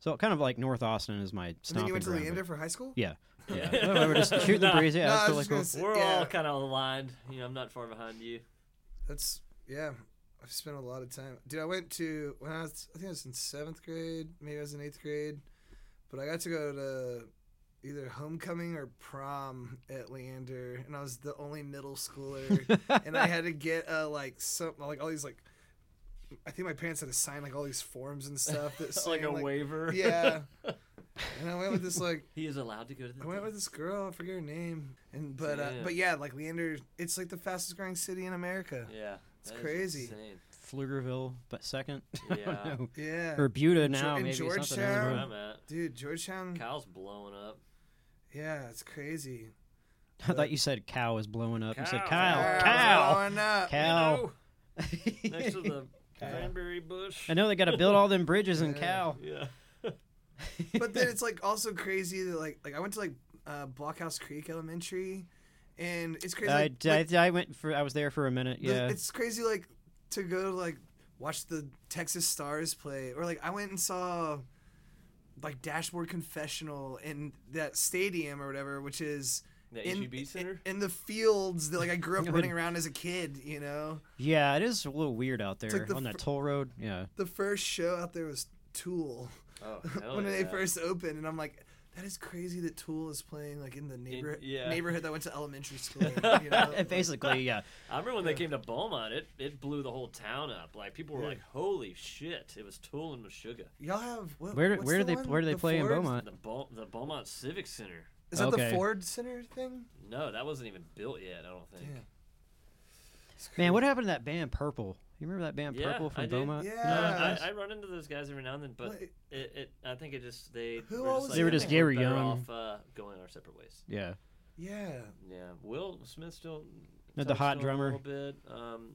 Speaker 3: So kind of like North Austin is my
Speaker 1: And then
Speaker 3: stomping
Speaker 1: you went to
Speaker 3: ground.
Speaker 1: Leander for high school?
Speaker 3: Yeah. Yeah. Well, we're just shooting the
Speaker 2: Nah.
Speaker 3: breeze. Yeah,
Speaker 1: No,
Speaker 3: that's
Speaker 1: I
Speaker 3: totally
Speaker 1: was
Speaker 3: cool.
Speaker 1: just gonna
Speaker 2: We're
Speaker 1: say, yeah,
Speaker 2: all kind of aligned. You know, I'm not far behind you.
Speaker 1: That's yeah. I've spent a lot of time. Dude, I went to when I was I think I was in seventh grade, maybe I was in eighth grade, but I got to go to either homecoming or prom at Leander, and I was the only middle schooler, and I had to get uh like some like all these like. I think my parents had to sign like all these forms and stuff that
Speaker 2: like
Speaker 1: saying,
Speaker 2: a waiver.
Speaker 1: Yeah. And I went with this like
Speaker 2: He is allowed to go to the.
Speaker 1: I went
Speaker 2: dance.
Speaker 1: with this girl. I forget her name. And but uh,
Speaker 2: Damn.
Speaker 1: but yeah, like Leander, it's like the fastest growing city in America.
Speaker 2: Yeah,
Speaker 1: It's
Speaker 2: that is
Speaker 1: crazy.
Speaker 2: insane.
Speaker 3: Pflugerville, but second. I don't
Speaker 2: Yeah.
Speaker 3: know.
Speaker 1: Yeah,
Speaker 3: Or Buda
Speaker 1: Ge-
Speaker 3: now,
Speaker 1: in
Speaker 3: maybe something. I
Speaker 2: That's
Speaker 3: don't
Speaker 2: where
Speaker 1: Georgetown.
Speaker 3: know.
Speaker 2: I'm at.
Speaker 1: dude, Georgetown.
Speaker 2: Kyle's blowing up.
Speaker 1: Yeah, it's crazy.
Speaker 3: I thought you said cow was blowing up. You said
Speaker 2: Cow.
Speaker 3: Kyle,
Speaker 1: Kyle's
Speaker 3: cow,
Speaker 1: blowing up.
Speaker 3: cow.
Speaker 2: Next to the cranberry bush.
Speaker 3: I know they got to build all them bridges in
Speaker 1: Yeah.
Speaker 3: cow.
Speaker 2: Yeah.
Speaker 1: but then it's like also crazy that like like I went to like uh, Blockhouse Creek Elementary, and it's crazy.
Speaker 3: I,
Speaker 1: like-
Speaker 3: d-
Speaker 1: like,
Speaker 3: I, I went for I was there for a minute.
Speaker 1: the-
Speaker 3: Yeah,
Speaker 1: it's crazy like to go to like watch the Texas Stars play, or like I went and saw like Dashboard Confessional in that stadium or whatever, which is.
Speaker 2: The
Speaker 1: In,
Speaker 2: HEB Center.
Speaker 1: in the fields that like I grew up
Speaker 3: Good.
Speaker 1: running around as a kid, you know.
Speaker 3: yeah, it is a little weird out there
Speaker 1: like the
Speaker 3: on
Speaker 1: fir-
Speaker 3: that toll road. Yeah,
Speaker 1: The first show out there was Tool
Speaker 2: Oh, hell
Speaker 1: when
Speaker 2: yeah.
Speaker 1: they first opened, and I'm like, that is crazy that Tool is playing like in the neighborhood
Speaker 2: yeah.
Speaker 1: neighborhood that I went to elementary school. in, you know?
Speaker 3: basically, yeah.
Speaker 2: I remember when they came to Beaumont, it, it blew the whole town up. Like people were
Speaker 1: Yeah.
Speaker 2: like, "Holy shit!" It was Tool and Meshuggah.
Speaker 1: Y'all have what,
Speaker 3: Where do-
Speaker 1: what's
Speaker 3: where do
Speaker 1: the
Speaker 3: they-
Speaker 1: one?
Speaker 3: where do they
Speaker 1: The
Speaker 3: play in
Speaker 1: Ford?
Speaker 3: Beaumont?
Speaker 2: The Beau- the Beaumont Civic Center.
Speaker 1: Is that
Speaker 3: Okay.
Speaker 1: the Ford Center thing?
Speaker 2: No, that wasn't even built yet. I don't think.
Speaker 1: Damn.
Speaker 3: Man, what happened to that band Purple? You remember that band
Speaker 2: Yeah,
Speaker 3: Purple
Speaker 2: I
Speaker 3: from
Speaker 2: did.
Speaker 3: Beaumont?
Speaker 1: Yeah.
Speaker 2: Uh, I, I run into those guys every now and then, but
Speaker 1: What-
Speaker 2: it, it I think it just they
Speaker 1: Who
Speaker 2: were
Speaker 1: else
Speaker 2: just, like,
Speaker 1: is They were
Speaker 2: I
Speaker 1: just
Speaker 2: think we're
Speaker 3: Gary
Speaker 2: better
Speaker 3: Young.
Speaker 2: off uh, going our separate ways.
Speaker 3: Yeah.
Speaker 1: yeah.
Speaker 2: Yeah, Will Smith still
Speaker 3: The
Speaker 2: touched
Speaker 3: hot
Speaker 2: on
Speaker 3: drummer.
Speaker 2: a little bit. Um,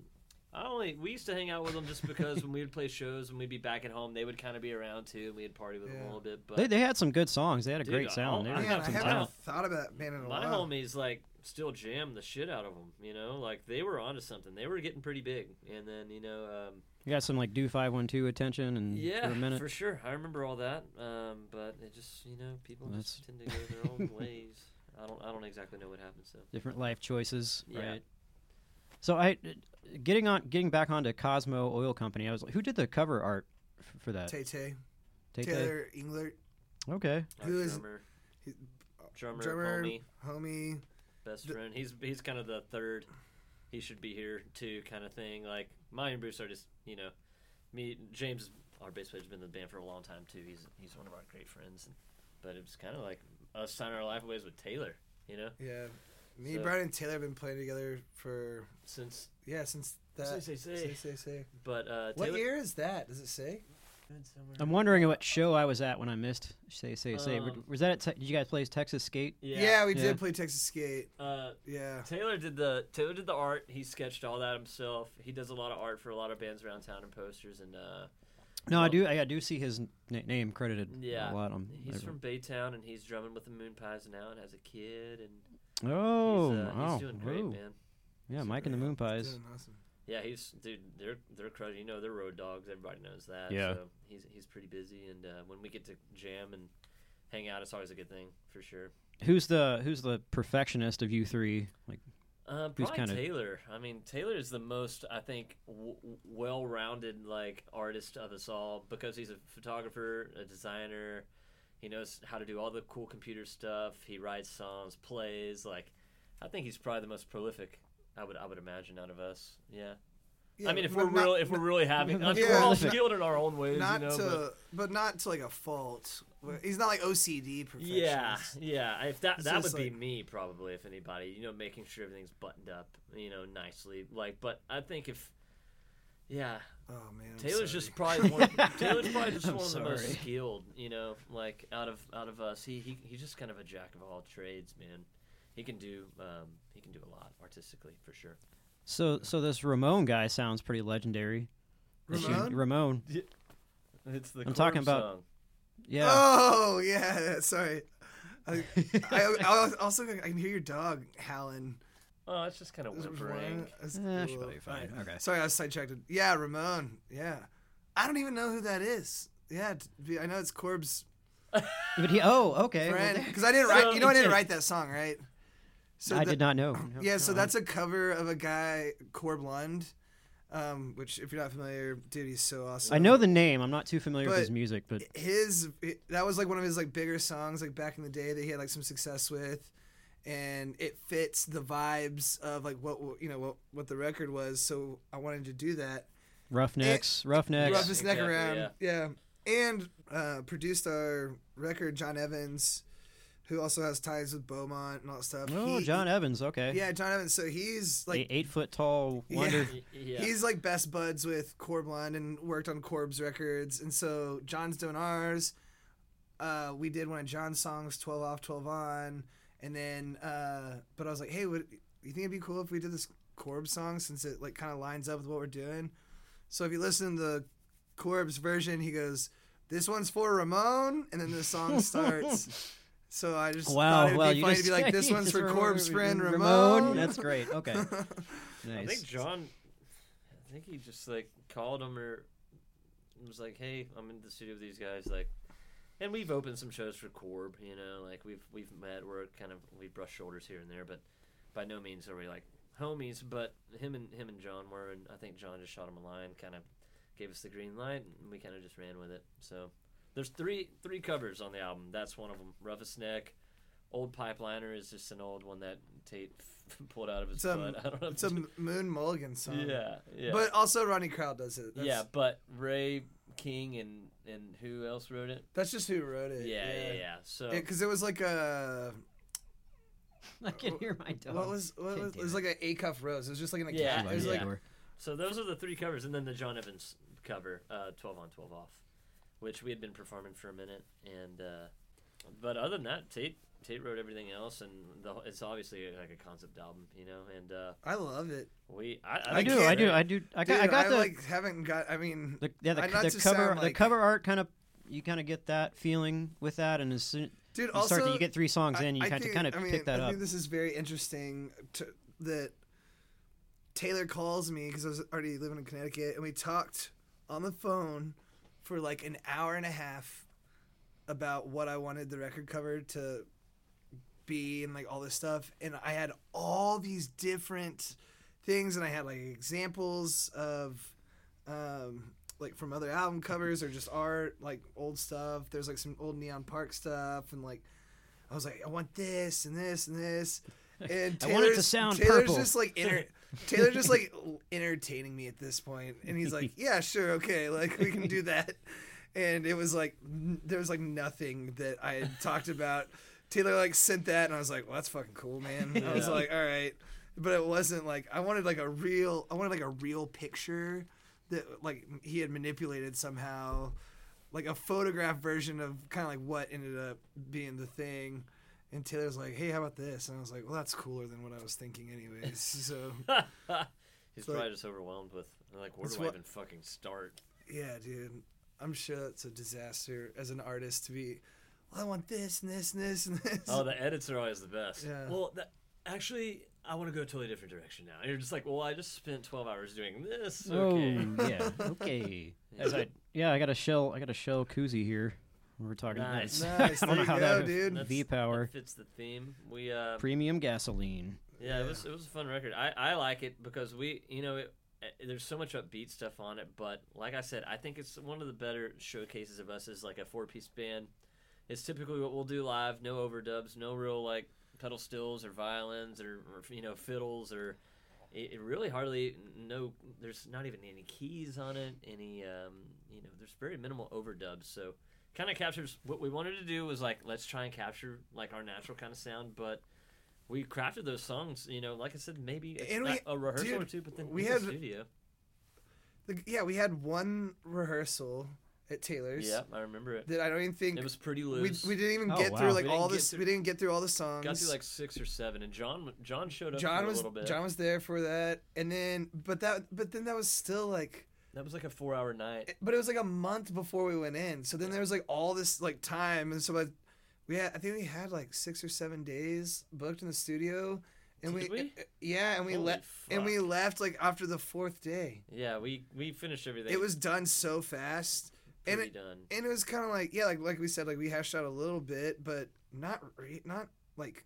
Speaker 2: I only we used to hang out with them just because when we would play shows and we'd be back at home, they would kind of be around too, and we'd party with them
Speaker 1: Yeah.
Speaker 2: a little bit. But
Speaker 3: They, they had some good songs. They had a
Speaker 2: Dude,
Speaker 3: great
Speaker 2: I'll-
Speaker 3: sound. They
Speaker 2: I
Speaker 3: were-
Speaker 1: Man,
Speaker 2: have
Speaker 1: I
Speaker 2: some
Speaker 1: haven't
Speaker 2: talent.
Speaker 1: thought about that band in a
Speaker 2: my
Speaker 1: while.
Speaker 2: homies like still jam the shit out of them. You know, like they were onto something. They were getting pretty big, and then you know, um,
Speaker 3: you got some like Do Five One Two attention and
Speaker 2: yeah,
Speaker 3: Mm, for a minute.
Speaker 2: for sure. I remember all that, um, but it just you know people just tend to go their own ways. I don't I don't exactly know what happened. So
Speaker 3: different life choices,
Speaker 2: Yeah.
Speaker 3: right? So I, getting on, getting back onto Cosmo Oil Company, I was like, who did the cover art f- for that?
Speaker 1: Tay Tay
Speaker 3: Tay Tay?
Speaker 1: Taylor Englert,
Speaker 3: Okay,
Speaker 2: our
Speaker 1: Who is-
Speaker 2: drummer,
Speaker 1: he-
Speaker 2: drummer,
Speaker 1: drummer-
Speaker 2: homie,
Speaker 1: homie.
Speaker 2: best
Speaker 1: the-
Speaker 2: friend. He's he's kind of the third. He should be here too, kind of thing. Like mine and Bruce are just you know, me James, our bass player's been in the band for a long time too. He's he's one of our great friends, and, but it was kind of like us signing our life ways with Taylor. You know,
Speaker 1: Yeah. Me,
Speaker 2: So-
Speaker 1: Brian, and Taylor have been playing together for
Speaker 2: since
Speaker 1: yeah since
Speaker 2: say
Speaker 1: that.
Speaker 2: say
Speaker 1: Say
Speaker 2: say,
Speaker 1: say say.
Speaker 2: but uh,
Speaker 1: What
Speaker 2: Taylor,
Speaker 1: year is that? Does it say?
Speaker 3: I'm wondering what show I was at when I missed. Say say say.
Speaker 2: Um,
Speaker 3: was that at? Te- did you guys play Texas Skate?
Speaker 1: Yeah,
Speaker 2: yeah,
Speaker 1: we
Speaker 3: Yeah.
Speaker 1: did play Texas Skate.
Speaker 2: Uh,
Speaker 1: Yeah.
Speaker 2: Taylor did the Taylor did the art. He sketched all that himself. He does a lot of art for a lot of bands around town and posters. And uh,
Speaker 3: No, I
Speaker 2: Well-
Speaker 3: do. I, I do see his n- name credited.
Speaker 2: Yeah.
Speaker 3: a lot on.
Speaker 2: he's from Baytown, and he's drumming with the Moon Pies now, and has a kid. And
Speaker 3: Oh,
Speaker 2: he's, uh,
Speaker 3: wow.
Speaker 2: he's doing great,
Speaker 3: Whoa.
Speaker 2: man.
Speaker 3: Yeah, Mike and the Moon Pies.
Speaker 1: Doing awesome.
Speaker 2: Yeah, he's dude. They're they're crazy. You know, they're road dogs. Everybody knows that.
Speaker 3: Yeah.
Speaker 2: So he's he's pretty busy, and uh, when we get to jam and hang out, it's always a good thing for sure.
Speaker 3: Who's the Who's the perfectionist of you three? Like,
Speaker 2: Uh,
Speaker 3: Who's
Speaker 2: probably
Speaker 3: kinda-
Speaker 2: Taylor. I mean, Taylor is the most I think w- w- well-rounded like artist of us all because he's a photographer, a designer. He knows how to do all the cool computer stuff. He writes songs, plays. Like, I think he's probably the most prolific. I would I would imagine out of us. Yeah.
Speaker 1: Yeah,
Speaker 2: I mean, if
Speaker 1: but
Speaker 2: we're
Speaker 1: not-
Speaker 2: real, if we're really having, I mean,
Speaker 1: Yeah.
Speaker 2: we're all
Speaker 3: Prolific.
Speaker 2: skilled in our own ways,
Speaker 1: not
Speaker 2: you know.
Speaker 1: to,
Speaker 2: but-
Speaker 1: but not to like a fault. Where- He's not like OCD perfectionist.
Speaker 2: Yeah, yeah. If that
Speaker 1: It's
Speaker 2: that would
Speaker 1: just
Speaker 2: be
Speaker 1: like-
Speaker 2: me probably, if anybody, you know, making sure everything's buttoned up, you know, nicely. Like, but I think if, yeah,
Speaker 1: Oh man. I'm
Speaker 2: Taylor's
Speaker 1: sorry.
Speaker 2: just probably one, Taylor's probably just
Speaker 3: I'm
Speaker 2: one of the most
Speaker 3: sorry.
Speaker 2: skilled, you know, like out of out of us. He, he he's just kind of a jack of all trades, man. He can do um he can do a lot artistically for sure.
Speaker 3: so so this Ramon guy sounds pretty legendary. That you-
Speaker 1: Ramon?
Speaker 3: Ramon.
Speaker 2: It's the
Speaker 3: I'm talking about- Yeah.
Speaker 1: Oh yeah. Sorry. I, I, I also I can hear your dog howling.
Speaker 2: Oh, it's just kind of whimpering.
Speaker 1: That's
Speaker 3: Eh, she's
Speaker 1: cool.
Speaker 3: probably fine.
Speaker 1: Alright.
Speaker 3: Okay.
Speaker 1: Sorry, I was sidetracked. Yeah, Ramon. Yeah, I don't even know who that is. Yeah, t- be- I know it's Corb's
Speaker 3: But he. Oh, okay. well,
Speaker 1: friend
Speaker 3: there-
Speaker 1: because I didn't write.
Speaker 2: So-
Speaker 1: You know, I didn't write that song, right? So
Speaker 3: I
Speaker 1: the-
Speaker 3: did not know. No,
Speaker 1: Yeah, so
Speaker 3: no, I-
Speaker 1: that's a cover of a guy Corb Lund, um, which if you're not familiar, dude, he's so awesome.
Speaker 3: I know the name. I'm not too familiar with
Speaker 1: But-
Speaker 3: his music, but
Speaker 1: his that was like one of his like bigger songs like back in the day that he had like some success with and it fits the vibes of like what you know what what the record was so i wanted to do that
Speaker 3: Roughnecks, Roughnecks.
Speaker 1: rough his neck
Speaker 2: exactly,
Speaker 1: around yeah. and uh, produced our record, John Evans, who also has ties with Beaumont and all that stuff.
Speaker 3: Oh,
Speaker 1: He-
Speaker 3: John Evans. Okay.
Speaker 1: Yeah, John Evans. So he's
Speaker 3: A
Speaker 1: like
Speaker 3: eight foot tall
Speaker 1: Yeah.
Speaker 3: wonder.
Speaker 2: Y- Yeah.
Speaker 1: He's like best buds with Corblund and worked on Corb's records. And so John's doing ours. Uh, we did one of John's songs, 12 off, 12 on. And then, uh, but I was like, hey, would you think it'd be cool if we did this Corb song since it like kind of lines up with what we're doing? So if you listen to the Corb's version, he goes, this one's for Ramon. And then the song starts. So I just
Speaker 3: Wow.
Speaker 1: thought it would
Speaker 3: well,
Speaker 1: be
Speaker 3: you
Speaker 1: funny
Speaker 3: just,
Speaker 1: to be like, this
Speaker 3: you
Speaker 1: one's
Speaker 3: just
Speaker 1: for
Speaker 3: remember-
Speaker 1: Corb's friend
Speaker 3: Ramon.
Speaker 1: Ramon.
Speaker 3: That's great. Okay.
Speaker 2: I
Speaker 3: Nice.
Speaker 2: think John, I think he just like called him or was like, "Hey, I'm in the studio with these guys." Like, and we've opened some shows for Corb. You know, like we've we've met. We're kind of we brush shoulders here and there, but by no means are we like homies. But him and him and John were, and I think John just shot him a line, kind of gave us the green light, and we kind of just ran with it. So there's three three covers on the album. That's one of them. Roughest Neck. Old Pipeliner is just an old one that Tate pulled out of his
Speaker 1: It's a-
Speaker 2: butt. I don't know. if
Speaker 1: It's a Moon Mulligan song.
Speaker 2: yeah, yeah,
Speaker 1: But also Ronnie Crowell does it. That's,
Speaker 2: yeah. But Ray King and and who else wrote it?
Speaker 1: that's just who wrote
Speaker 2: Yeah,
Speaker 1: it.
Speaker 2: yeah, yeah. So
Speaker 1: Because Uh, it was like a
Speaker 3: I can hear my dog.
Speaker 1: what was what
Speaker 3: God
Speaker 1: was, it
Speaker 3: damn
Speaker 1: was
Speaker 3: it.
Speaker 1: like an A cuff rose. It was just like in a
Speaker 2: Yeah,
Speaker 1: cat. It was
Speaker 2: yeah.
Speaker 1: like
Speaker 2: so those are the three covers, and then the John Evans cover, uh, twelve on twelve off, which we had been performing for a minute, and uh, but other than that, Tate Tate wrote everything else, and the, whole- it's obviously like a concept album, you know, and uh,
Speaker 1: I love it.
Speaker 2: we I, I,
Speaker 3: I
Speaker 2: think
Speaker 3: do,
Speaker 2: it's
Speaker 3: I
Speaker 1: can't-
Speaker 3: do,
Speaker 2: great.
Speaker 3: I do. I got,
Speaker 1: Dude,
Speaker 3: I got the,
Speaker 1: like haven't got. I mean,
Speaker 3: the yeah the,
Speaker 1: I- not
Speaker 3: the
Speaker 1: to
Speaker 3: cover
Speaker 1: sound
Speaker 3: the
Speaker 1: like-
Speaker 3: cover art kind of you kind of get that feeling with that, and as soon
Speaker 1: dude.
Speaker 3: you
Speaker 1: Also,
Speaker 3: start to, you get three songs
Speaker 1: I-
Speaker 3: in, you
Speaker 1: I
Speaker 3: have to
Speaker 1: think-
Speaker 3: kind of
Speaker 1: I mean,
Speaker 3: pick that
Speaker 1: I
Speaker 3: up.
Speaker 1: think this is very interesting to, that Taylor calls me because I was already living in Connecticut, and we talked on the phone for like an hour and a half about what I wanted the record cover to be and like all this stuff, and I had all these different things, and I had like examples of. Um, like from other album covers or just art, like old stuff. There's like some old Neon Park stuff and like I was like, I want this and this and this. And
Speaker 3: I
Speaker 1: Taylor's,
Speaker 3: want it to sound
Speaker 1: Taylor's
Speaker 3: purple.
Speaker 1: just like enter, Taylor's just like entertaining me at this point, and he's like, "Yeah, sure, okay, like we can do that." And it was like n- there was like nothing that I had talked about. Taylor like sent that, and I was like, "Well, that's fucking cool, man." I was
Speaker 2: Yeah.
Speaker 1: like, "All right," but it wasn't like I wanted like a real, I wanted like a real picture that like he had manipulated somehow like a photograph version of kind of like what ended up being the thing. And Taylor's like, "Hey, how about this?" And I was like, "Well, that's cooler than what I was thinking, anyways." So
Speaker 2: He's
Speaker 1: So-
Speaker 2: probably just overwhelmed with like, where
Speaker 1: That's
Speaker 2: do I
Speaker 1: what-
Speaker 2: even fucking start?
Speaker 1: yeah, dude, I'm sure that's a disaster as an artist to be. Well, I want this and this and this and this.
Speaker 2: Oh, the edits are always the best.
Speaker 1: Yeah.
Speaker 2: Well, that, actually, I want to go a totally different direction now. And you're just like, well, I just spent 12 hours doing this. Okay.
Speaker 3: Oh yeah, okay. As I, yeah, I got a shell. I got a shell koozie here. We were talking
Speaker 2: Nice.
Speaker 3: about.
Speaker 1: Nice,
Speaker 3: I
Speaker 1: there
Speaker 3: don't know
Speaker 1: you
Speaker 3: how
Speaker 1: go,
Speaker 3: that
Speaker 1: dude.
Speaker 2: That's-
Speaker 3: V power
Speaker 2: That fits the theme. We, uh,
Speaker 3: premium gasoline.
Speaker 2: yeah,
Speaker 1: Yeah.
Speaker 2: it was it was a fun record. I, I like it because we, you know, it, eh, there's so much upbeat stuff on it. But like I said, I think it's one of the better showcases of us as like a four piece band. It's typically what we'll do live. No overdubs. No real like pedal stills or violins or, or you know fiddles or it, it really hardly no there's not even any keys on it any um, you know there's very minimal overdubs so kind of captures what we wanted to do was like let's try and capture like our natural kind of sound but we crafted those songs you know like i said maybe it's
Speaker 1: And we-
Speaker 2: not a rehearsal
Speaker 1: dude,
Speaker 2: or two but then
Speaker 1: we
Speaker 2: in
Speaker 1: had-
Speaker 2: the studio
Speaker 1: Like, yeah, we had one rehearsal at Taylor's
Speaker 2: yeah i remember it
Speaker 1: that I don't even think
Speaker 2: it was pretty
Speaker 1: we,
Speaker 2: loose
Speaker 1: we didn't even
Speaker 3: Oh,
Speaker 1: get
Speaker 3: wow.
Speaker 1: through like
Speaker 2: We
Speaker 1: all
Speaker 2: didn't get
Speaker 1: this.
Speaker 2: through-
Speaker 1: We didn't get through all the songs.
Speaker 2: got through like six or seven and john john showed up
Speaker 1: John
Speaker 2: for
Speaker 1: was
Speaker 2: a little bit
Speaker 1: John was there for that, and then but that but then that was still like
Speaker 2: that was like a four hour night
Speaker 1: but it was like a month before we went in. So then there was like all this like time, and so like, we had I think we had like six or seven days booked in the studio, and
Speaker 2: Did
Speaker 1: we, eh,
Speaker 2: we?
Speaker 1: yeah, and we
Speaker 2: Holy
Speaker 1: left and we
Speaker 2: fuck.
Speaker 1: left like after the fourth day.
Speaker 2: yeah we we finished everything
Speaker 1: It was done so fast, and
Speaker 2: pretty
Speaker 1: it,
Speaker 2: done
Speaker 1: and it was kind of like yeah, like like we said, like we hashed out a little bit, but not re- not like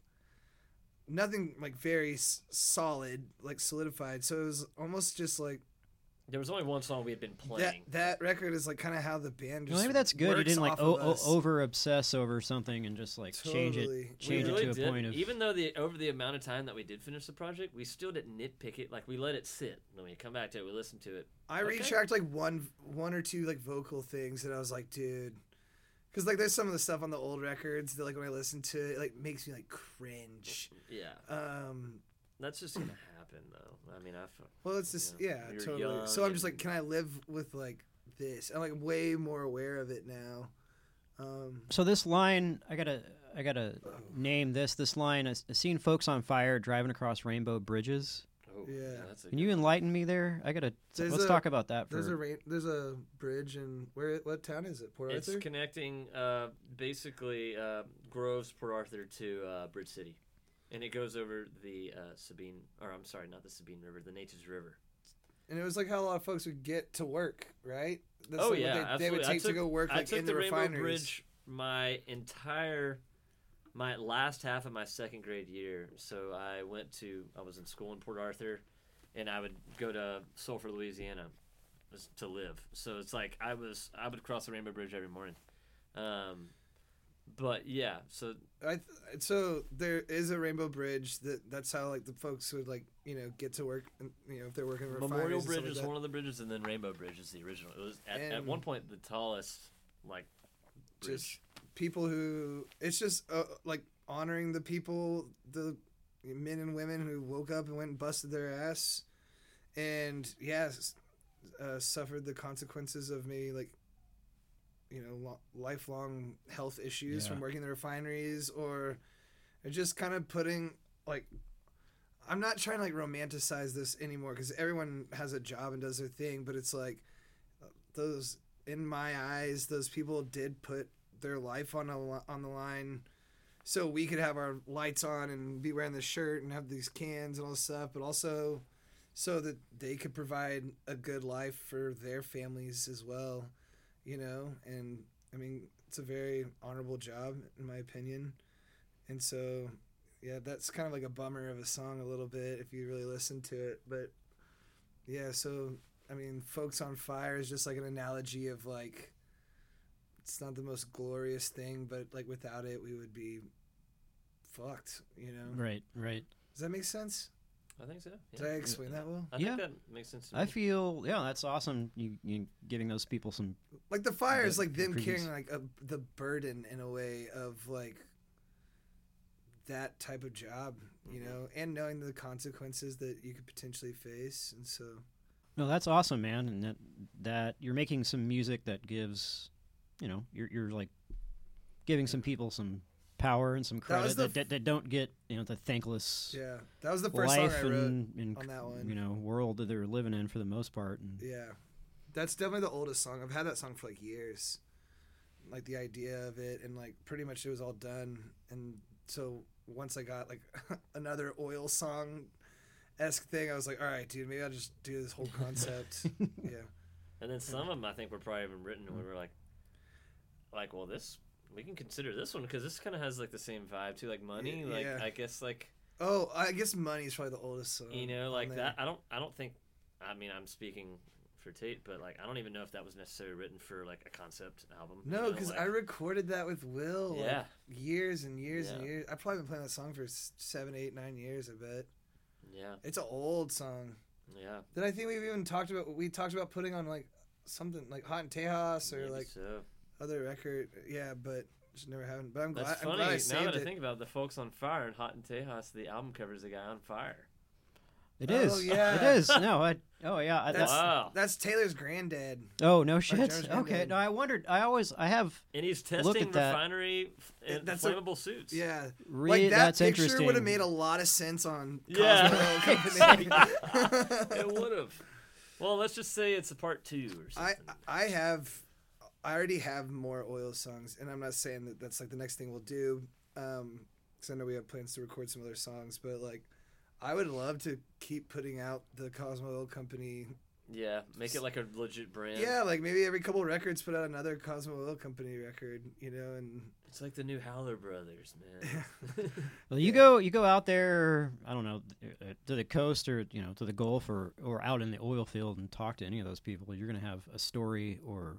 Speaker 1: nothing like very s- solid, like solidified. So it was almost just like
Speaker 2: There was only one song we had been
Speaker 1: That
Speaker 2: playing.
Speaker 1: that record is like kind of how the band. Just
Speaker 3: Well, maybe that's good. You
Speaker 1: works
Speaker 3: didn't like oh,
Speaker 1: off of
Speaker 3: o-
Speaker 1: us.
Speaker 3: over obsess over something and just like change
Speaker 1: Totally.
Speaker 3: it,
Speaker 1: We
Speaker 3: change
Speaker 2: we
Speaker 3: it
Speaker 2: really
Speaker 3: to a
Speaker 2: did.
Speaker 3: point of.
Speaker 2: Even though the over the amount of time that we did finish the project, we still didn't nitpick it. Like we let it sit. When we come back to it, we listened to it.
Speaker 1: I
Speaker 2: Okay.
Speaker 1: retracked like one one or two like vocal things that I was like, dude, because like there's some of the stuff on the old records that like when I listen to it, it like makes me like cringe.
Speaker 2: Yeah,
Speaker 1: Um,
Speaker 2: that's just gonna happen though. I mean, I f-
Speaker 1: well, it's just
Speaker 2: Yeah.
Speaker 1: yeah,
Speaker 2: You're
Speaker 1: totally.
Speaker 2: young
Speaker 1: So I'm just
Speaker 2: and-
Speaker 1: like, can I live with like this? I'm like way more aware of it now. Um,
Speaker 3: So this line, I gotta, I gotta name this. This line is seeing folks on fire driving across rainbow bridges.
Speaker 2: oh,
Speaker 1: Yeah.
Speaker 2: that's a
Speaker 3: Can
Speaker 2: good
Speaker 3: you
Speaker 2: one.
Speaker 3: enlighten me there? I gotta.
Speaker 1: There's
Speaker 3: let's
Speaker 1: a-
Speaker 3: talk about that
Speaker 1: there's a
Speaker 3: for.
Speaker 1: rain, there's a bridge in where what town is it? Port
Speaker 2: It's
Speaker 1: Arthur.
Speaker 2: connecting uh, basically uh, Groves, Port Arthur to uh, Bridge City, and it goes over the uh, Sabine, or I'm sorry, not the Sabine River, the Nature's River.
Speaker 1: and it was like how a lot of folks would get to work, right? That's
Speaker 2: oh
Speaker 1: like, what
Speaker 2: yeah,
Speaker 1: they, they
Speaker 2: absolutely.
Speaker 1: would
Speaker 2: I
Speaker 1: take
Speaker 2: took,
Speaker 1: to go work
Speaker 2: I
Speaker 1: like
Speaker 2: took
Speaker 1: in
Speaker 2: the,
Speaker 1: the,
Speaker 2: Rainbow
Speaker 1: refineries.
Speaker 2: Bridge my entire my last half of my second grade year. So I went to I was in school in Port Arthur, and I would go to Sulphur, Louisiana, was to live. So it's like I was I would cross the Rainbow Bridge every morning. Um, but yeah, so
Speaker 1: I th- so there is a rainbow bridge that that's how like the folks would like you know get to work and, you know if they're working in
Speaker 2: Memorial
Speaker 1: refineries and
Speaker 2: Bridge
Speaker 1: stuff
Speaker 2: is
Speaker 1: like
Speaker 2: one of the bridges, and then Rainbow Bridge is the original. It was at, at
Speaker 1: And-
Speaker 2: one point the tallest, like,
Speaker 1: that.
Speaker 2: bridge.
Speaker 1: just people who it's just uh, like honoring the people the men and women who woke up and went and busted their ass and yeah s- uh, suffered the consequences of maybe like you know lo- lifelong health issues
Speaker 3: Yeah.
Speaker 1: from working in the refineries or or just kind of putting like I'm not trying to like romanticize this anymore because everyone has a job and does their thing, but it's like uh, those in my eyes, those people did put their life on a li- on the line, so we could have our lights on and be wearing the shirt and have these cans and all this stuff, but also so that they could provide a good life for their families as well, you know. And I mean, it's a very honorable job in my opinion, and so yeah, that's kind of like a bummer of a song a little bit if you really listen to it. But yeah, so I mean, "Folks on Fire" is just like an analogy of like it's not the most glorious thing, but like without it, we would be fucked. You know?
Speaker 3: Right, right.
Speaker 1: Does that make sense?
Speaker 2: I think so. yeah.
Speaker 1: Did I explain that well?
Speaker 2: I
Speaker 3: Yeah.
Speaker 2: think that makes sense to me.
Speaker 3: I feel yeah, that's awesome. You you giving those people some
Speaker 1: Like the fire is
Speaker 3: The-
Speaker 1: like
Speaker 3: the
Speaker 1: them
Speaker 3: previous-
Speaker 1: carrying like a, the burden in a way of like that type of job, you
Speaker 2: Mhm.
Speaker 1: know, and knowing the consequences that you could potentially face, and so.
Speaker 3: No, that's awesome, man, and that that you're making some music that gives, you know, you're you're like giving some people some power and some
Speaker 1: was
Speaker 3: credit
Speaker 1: the
Speaker 3: that, that, that don't get you know the thankless
Speaker 1: Yeah, that was the first song
Speaker 3: life
Speaker 1: I wrote.
Speaker 3: and, and
Speaker 1: on that one.
Speaker 3: you know world that they're living in for the most part. And
Speaker 1: Yeah, that's definitely the oldest song. I've had that song for like years. Like the idea of it, and like pretty much it was all done. And so once I got like another oil song esque thing, I was like, all right, dude, maybe I'll just do this whole concept. yeah,
Speaker 2: and then some of them I think were probably even written and we were like, like, well, this we can consider this one because this kind of has like the same vibe too, like money.
Speaker 1: Y-
Speaker 2: Like
Speaker 1: yeah.
Speaker 2: I guess like
Speaker 1: Oh, I guess money is probably the oldest song.
Speaker 2: you know
Speaker 1: on
Speaker 2: like
Speaker 1: there.
Speaker 2: that. I don't I don't think. I mean, I'm speaking for Tate, but like I don't even know if that was necessarily written for like a concept album. you
Speaker 1: No,
Speaker 2: know,
Speaker 1: because
Speaker 2: like-
Speaker 1: I recorded that with Will. like,
Speaker 2: yeah,
Speaker 1: years and years and
Speaker 2: Yeah.
Speaker 1: years. I've probably been playing that song for s- seven, eight, nine years. I bet
Speaker 2: yeah,
Speaker 1: it's an old song.
Speaker 2: yeah.
Speaker 1: Then I think we've even talked about we talked about putting on like something like Hot and Tejas or
Speaker 2: maybe
Speaker 1: like
Speaker 2: so.
Speaker 1: other record. Yeah, but just never happened. But I'm glad,
Speaker 2: That's
Speaker 1: I'm
Speaker 2: funny.
Speaker 1: glad I
Speaker 2: now
Speaker 1: saved
Speaker 2: that I
Speaker 1: it.
Speaker 2: think about it, the folks on fire and Hot and Tejas, the album cover is a guy on fire.
Speaker 3: it
Speaker 1: Oh,
Speaker 3: is,
Speaker 1: yeah.
Speaker 3: it is. No, I oh yeah, I,
Speaker 1: That's-
Speaker 3: that,
Speaker 2: wow.
Speaker 1: That's Taylor's granddad.
Speaker 3: oh no
Speaker 1: Jar's
Speaker 3: shit.
Speaker 1: gonna
Speaker 3: Okay,
Speaker 1: be-
Speaker 3: no, I wondered. I always I have
Speaker 2: And he's
Speaker 3: Look
Speaker 2: testing
Speaker 3: at that.
Speaker 2: refinery f- and
Speaker 1: that's a-
Speaker 2: flammable suits.
Speaker 1: Yeah,
Speaker 3: really
Speaker 1: like that
Speaker 3: that's
Speaker 1: picture
Speaker 3: interesting.
Speaker 1: would have made a lot of sense on
Speaker 2: Yeah.
Speaker 1: Cosmo Company.
Speaker 2: It would have. Well, let's just say it's a part two or
Speaker 1: I
Speaker 2: something.
Speaker 1: I have, I already have more oil songs, and I'm not saying that that's like the next thing we'll do, um, because I know we have plans to record some other songs, but like, I would love to keep putting out the Cosmo Oil Company
Speaker 2: Yeah, make it like a legit brand.
Speaker 1: Yeah, like maybe every couple records put out another Cosmo Oil Company record, you know, and
Speaker 2: It's like the new Howler Brothers, man.
Speaker 3: Well, you
Speaker 1: Yeah.
Speaker 3: go you go out there. I don't know uh, to the coast or you know to the Gulf or or out in the oil field and talk to any of those people. You're going to have a story or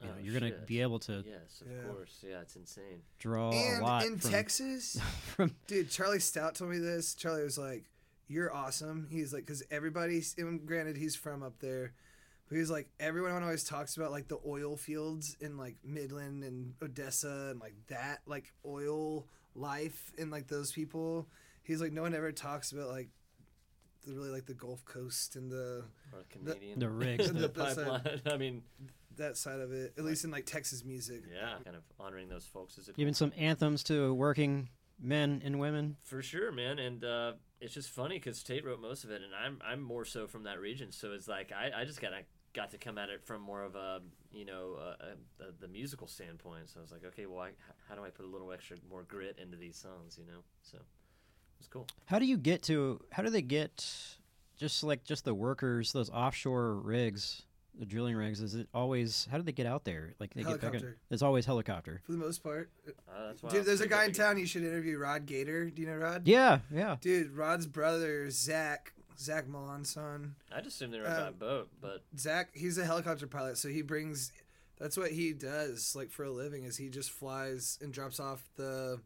Speaker 3: you know,
Speaker 2: Oh,
Speaker 3: you're going to
Speaker 2: shit.
Speaker 3: be able to
Speaker 2: Yes, of
Speaker 1: Yeah.
Speaker 2: course. Yeah, it's insane.
Speaker 3: draw Oh, a lot
Speaker 1: and in
Speaker 3: from,
Speaker 1: Texas,
Speaker 3: from
Speaker 1: dude, Charlie Stout told me this. Charlie was like, "You're awesome." He's like, because everybody's and granted he's from up there, but he's like everyone always talks about like the oil fields in like Midland and Odessa and like that like oil life and like those people. He's like, no one ever talks about like the really like the Gulf Coast and the
Speaker 2: Or Canadian.
Speaker 3: the rigs,
Speaker 2: the
Speaker 1: the- that's a-
Speaker 2: pipeline. I mean,
Speaker 1: that side of it, at least in like Texas music.
Speaker 2: yeah, kind of honoring those folks as if
Speaker 3: giving some anthems to working men and women.
Speaker 2: For sure, man, and uh, it's just funny because Tate wrote most of it, and I'm I'm more so from that region, so it's like I, I just gotta got to come at it from more of a you know a, a, a, the musical standpoint. So I was like, okay, well, I, h- how do I put a little extra more grit into these songs, you know? So it's cool.
Speaker 3: How do you get to? How do they get? Just like just the workers, those offshore rigs, the drilling rigs. Is it always? How do they get out there? Like they get back.
Speaker 1: Helicopter.
Speaker 3: in- It's always helicopter.
Speaker 1: For the most part,
Speaker 2: Uh, that's why I
Speaker 1: dude.
Speaker 2: was
Speaker 1: There's a
Speaker 2: pretty glad
Speaker 1: guy in
Speaker 2: to get-
Speaker 1: town you should interview. Rod Gator. Do you know Rod?
Speaker 3: Yeah, yeah.
Speaker 1: Dude, Rod's brother Zach, Zach Melanson.
Speaker 2: I just assumed they were by
Speaker 1: Um,
Speaker 2: boat, but
Speaker 1: Zach, he's a helicopter pilot, so he brings. That's what he does, like for a living, is he just flies and drops off the,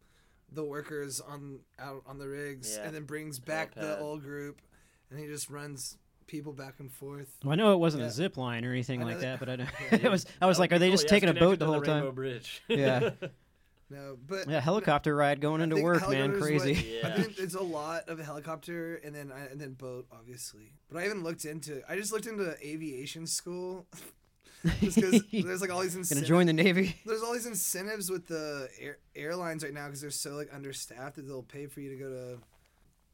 Speaker 1: the workers on out on the rigs,
Speaker 2: Yeah.
Speaker 1: and then brings back
Speaker 2: Helipad.
Speaker 1: the old group, and he just runs people back and forth.
Speaker 3: Well, I know it wasn't a
Speaker 1: Yeah.
Speaker 3: zip line or anything
Speaker 1: I
Speaker 3: like
Speaker 1: know that-
Speaker 3: that, but I don't,
Speaker 2: yeah.
Speaker 3: it was. I was
Speaker 2: That
Speaker 3: like,
Speaker 2: would
Speaker 3: are
Speaker 2: be
Speaker 3: they
Speaker 2: Oh, cool.
Speaker 3: just
Speaker 2: Yeah, it's
Speaker 3: taking a boat
Speaker 2: connected
Speaker 3: the
Speaker 2: to
Speaker 3: whole time?
Speaker 2: Rainbow Bridge.
Speaker 3: Yeah.
Speaker 1: No, but
Speaker 3: Yeah, helicopter ride going into
Speaker 1: think
Speaker 3: work, man,
Speaker 1: helicopters was,
Speaker 3: crazy.
Speaker 1: like,
Speaker 2: Yeah.
Speaker 1: I think it's a lot of helicopter and then I- and then boat, obviously. But I even looked into. I just looked into aviation school, just because there's like all these
Speaker 3: Gonna
Speaker 1: incentives.
Speaker 3: join the navy.
Speaker 1: there's all these incentives with the air, airlines right now because they're so like understaffed that they'll pay for you to go to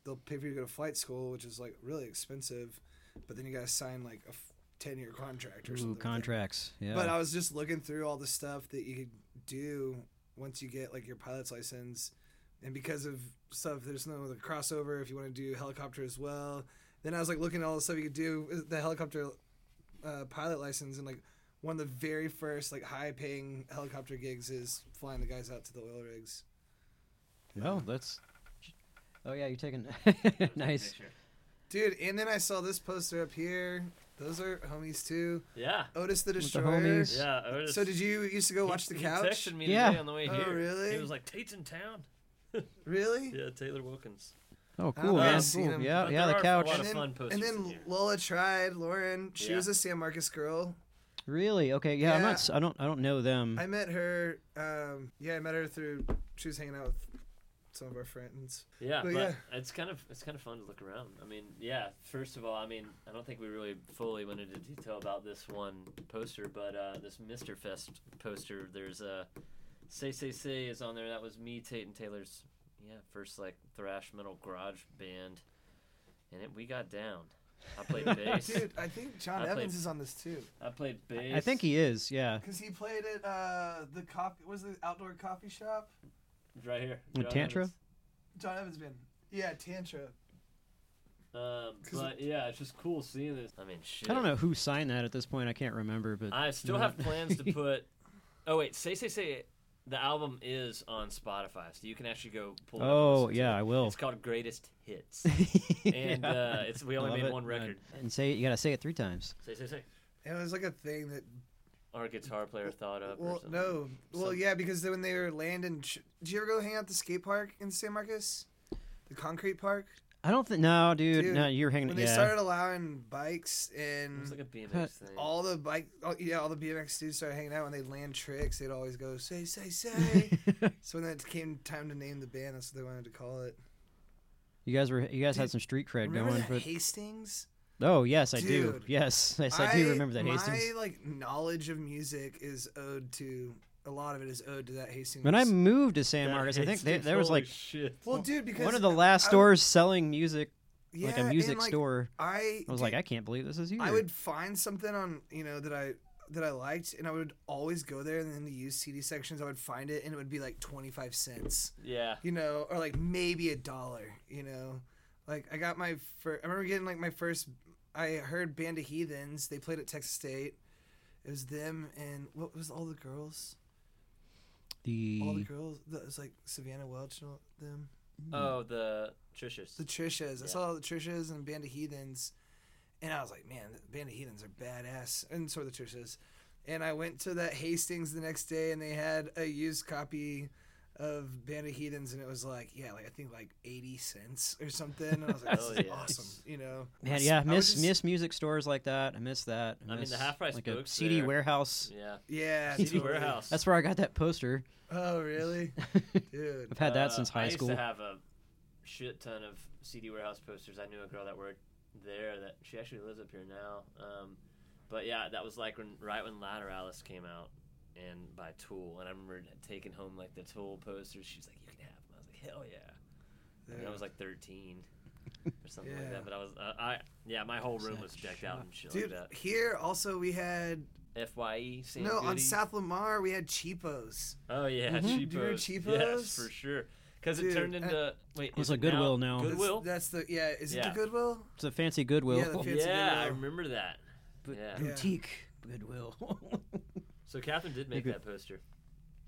Speaker 1: they'll pay for you to go to flight school which is like really expensive but then you gotta sign like a 10 year contract or something
Speaker 3: Ooh,
Speaker 1: like that.
Speaker 3: contracts. Yeah.
Speaker 1: but
Speaker 2: uh,
Speaker 1: i was just looking through all the stuff that you could do once you get like your pilot's license and because of stuff there's no the crossover if you want to do helicopter as well then i was like looking at all the stuff you could do with the helicopter uh, pilot license and like one of the very first like high paying helicopter gigs is flying the guys out to the oil rigs
Speaker 3: well, that's. Oh yeah, you're taking nice.
Speaker 1: dude and then i saw this poster up here those are homies too
Speaker 2: Yeah.
Speaker 1: otis the
Speaker 3: the
Speaker 1: destroyer
Speaker 3: homies.
Speaker 2: Yeah. Otis,
Speaker 1: so did you used to go watch the
Speaker 2: he,
Speaker 1: couch
Speaker 2: He texted me
Speaker 3: Yeah.
Speaker 2: today on the way
Speaker 1: Oh,
Speaker 2: here. He
Speaker 1: really?
Speaker 2: was like, Tate's in town.
Speaker 1: really
Speaker 2: Yeah, Taylor Wilkins.
Speaker 3: Oh,
Speaker 1: I
Speaker 3: cool,
Speaker 1: don't know,
Speaker 3: man.
Speaker 1: I've seen
Speaker 3: Cool.
Speaker 1: them,
Speaker 3: Yeah,
Speaker 2: but
Speaker 3: yeah. The
Speaker 2: there are a
Speaker 3: couch.
Speaker 2: lot
Speaker 1: and
Speaker 2: of
Speaker 1: then,
Speaker 2: fun posters
Speaker 1: and
Speaker 2: in
Speaker 1: then
Speaker 2: here.
Speaker 1: Lola tried Lauren. She
Speaker 2: Yeah.
Speaker 1: was a San Marcos girl.
Speaker 3: Really? Okay. Yeah, I'm not.
Speaker 1: Yeah.
Speaker 3: s- I don't. I don't know them.
Speaker 1: I met her. Um, yeah, I met her through. She was hanging out with some of our friends.
Speaker 2: Yeah, but,
Speaker 1: But yeah.
Speaker 2: it's kind of it's kind of fun to look around. I mean, yeah. First of all, I mean, I don't think we really fully went into detail about this one poster, but uh, this Mister Fest poster. There's a say say say is on there. That was me, Tate, and Taylor's. Yeah, first like thrash metal garage band, and it, we got down. I played bass.
Speaker 1: Dude, I think John
Speaker 2: I played-
Speaker 1: Evans is on this too,
Speaker 2: I played bass.
Speaker 3: I think he is. Yeah.
Speaker 1: because he played at uh, the coffee. Was the outdoor coffee shop?
Speaker 2: right here.
Speaker 3: With
Speaker 2: John
Speaker 3: Tantra?
Speaker 2: Evans.
Speaker 1: John Evans been. Yeah, Tantra.
Speaker 2: Um,
Speaker 1: 'Cause-
Speaker 2: but yeah, it's just cool seeing this. I mean, shit.
Speaker 3: I don't know who signed that at this point. I can't remember. But
Speaker 2: I still
Speaker 3: No.
Speaker 2: have plans to put. Oh wait, say say say. The album is on Spotify, so you can actually go pull. it up and
Speaker 3: oh
Speaker 2: listen to
Speaker 3: yeah,
Speaker 2: it.
Speaker 3: I will.
Speaker 2: It's called Greatest Hits, and
Speaker 3: Yeah.
Speaker 2: uh, it's we
Speaker 3: I
Speaker 2: only
Speaker 3: love
Speaker 2: made
Speaker 3: it.
Speaker 2: one record.
Speaker 3: And say you gotta say it three times.
Speaker 2: Say say say.
Speaker 1: It was like a thing that.
Speaker 2: Our guitar player thought up. or
Speaker 1: Well,
Speaker 2: something.
Speaker 1: no. Well,
Speaker 2: Some-
Speaker 1: yeah, because then when they were landing, sh- did you ever go hang out at the skate park in San Marcos? The concrete park.
Speaker 3: I don't think. No, dude.
Speaker 1: Dude,
Speaker 3: no, you're hanging.
Speaker 1: When they
Speaker 3: yeah.
Speaker 1: started allowing bikes
Speaker 2: It
Speaker 1: and
Speaker 2: was like a BMX thing.
Speaker 1: all the bike, all, yeah, all the BMX dudes started hanging out. When they'd land tricks, they'd always go say, say, say. so when it came time to name the band, that's what they wanted to call it.
Speaker 3: you guys were. You guys had
Speaker 1: Dude,
Speaker 3: some street cred
Speaker 1: Remember
Speaker 3: going.
Speaker 1: that
Speaker 3: But
Speaker 1: Hastings?
Speaker 3: oh yes, I do.
Speaker 1: Dude,
Speaker 3: Yes, yes, I, do remember that Hastings.
Speaker 1: My like knowledge of music is owed to a lot of it is owed to that Hastings.
Speaker 3: When I moved to San
Speaker 2: That
Speaker 3: Marcos, I think
Speaker 2: hits
Speaker 3: they,
Speaker 2: me.
Speaker 3: there was
Speaker 2: Holy
Speaker 3: like
Speaker 2: shit.
Speaker 1: well, dude, because
Speaker 3: one of the last
Speaker 1: I-
Speaker 3: stores selling music, like a
Speaker 1: yeah,
Speaker 3: music
Speaker 1: and, like,
Speaker 3: store.
Speaker 1: I
Speaker 3: I
Speaker 1: dude,
Speaker 3: was like, I can't believe this is here.
Speaker 1: I would find something on you know that I that I liked, and I would always go there. And in the used CD sections, I would find it, and it would be like twenty five cents,
Speaker 2: Yeah.
Speaker 1: you know, or like maybe a dollar, you know. Like I got my first. I remember getting like my first. I heard Band of Heathens. They played at Texas State. It was them and what was all the girls? All the
Speaker 3: The
Speaker 1: girls. That was like Savannah Welch and all them.
Speaker 2: Oh, the Trishers.
Speaker 1: The Trishas. I
Speaker 2: Yeah.
Speaker 1: saw the Trishas and Band of Heathens, and I was like, man, Band of Heathens are badass, and so are the Trishas. And I went to that Hastings the next day, and they had a used copy of Band of Heathens, and it was like, yeah, like I think like eighty cents or something. And I was like, this
Speaker 2: Oh,
Speaker 1: is
Speaker 2: yeah.
Speaker 1: awesome, you know?
Speaker 3: man,
Speaker 1: I
Speaker 3: yeah,
Speaker 1: was
Speaker 3: miss
Speaker 1: just-
Speaker 3: miss music stores like that. I miss that.
Speaker 2: I mean, the
Speaker 3: miss,
Speaker 2: half-price
Speaker 3: like a
Speaker 2: books
Speaker 3: CD
Speaker 2: there.
Speaker 3: warehouse.
Speaker 2: Yeah.
Speaker 1: Yeah,
Speaker 2: CD
Speaker 1: totally.
Speaker 2: Warehouse.
Speaker 3: That's where I got that poster.
Speaker 1: Oh, really, dude?
Speaker 3: I've had that
Speaker 2: Uh,
Speaker 3: since
Speaker 2: I
Speaker 3: high
Speaker 2: used
Speaker 3: school.
Speaker 2: to have a shit ton of CD warehouse posters. I knew a girl that worked there that she actually lives up here now. Um, but yeah, that was like when right when Lateralis came out and by Tool, and I remember taking home like the Tool posters. She was like, "You can have them." I was like, "Hell yeah!" And I was like 13 or something like
Speaker 1: Yeah.
Speaker 2: that. But I was, uh, I yeah, my whole room
Speaker 3: Sack
Speaker 2: was decked out
Speaker 3: shot.
Speaker 2: and shit
Speaker 1: Dude,
Speaker 2: like
Speaker 1: here also we had
Speaker 2: that. Fye, E, Sam
Speaker 1: no on
Speaker 2: Goody.
Speaker 1: South Lamar we had cheapos.
Speaker 2: Oh yeah, cheapos.
Speaker 3: Mhm.
Speaker 1: Do you remember
Speaker 2: Yes,
Speaker 1: cheapos?
Speaker 2: for sure. Because it
Speaker 1: Dude,
Speaker 2: turned
Speaker 1: and-
Speaker 2: into wait.
Speaker 3: It's
Speaker 2: is
Speaker 3: a
Speaker 2: it
Speaker 3: Goodwill now.
Speaker 1: That's-
Speaker 2: Goodwill.
Speaker 1: That's, the yeah. Is it
Speaker 2: Yeah.
Speaker 1: the Goodwill?
Speaker 3: It's a fancy Goodwill.
Speaker 1: Yeah, the fan- It's a
Speaker 2: yeah, I
Speaker 1: Goodwill.
Speaker 2: remember that.
Speaker 3: But-
Speaker 2: Yeah.
Speaker 1: Yeah.
Speaker 3: Boutique Goodwill.
Speaker 2: So Catherine did make
Speaker 3: Maybe-
Speaker 2: that poster.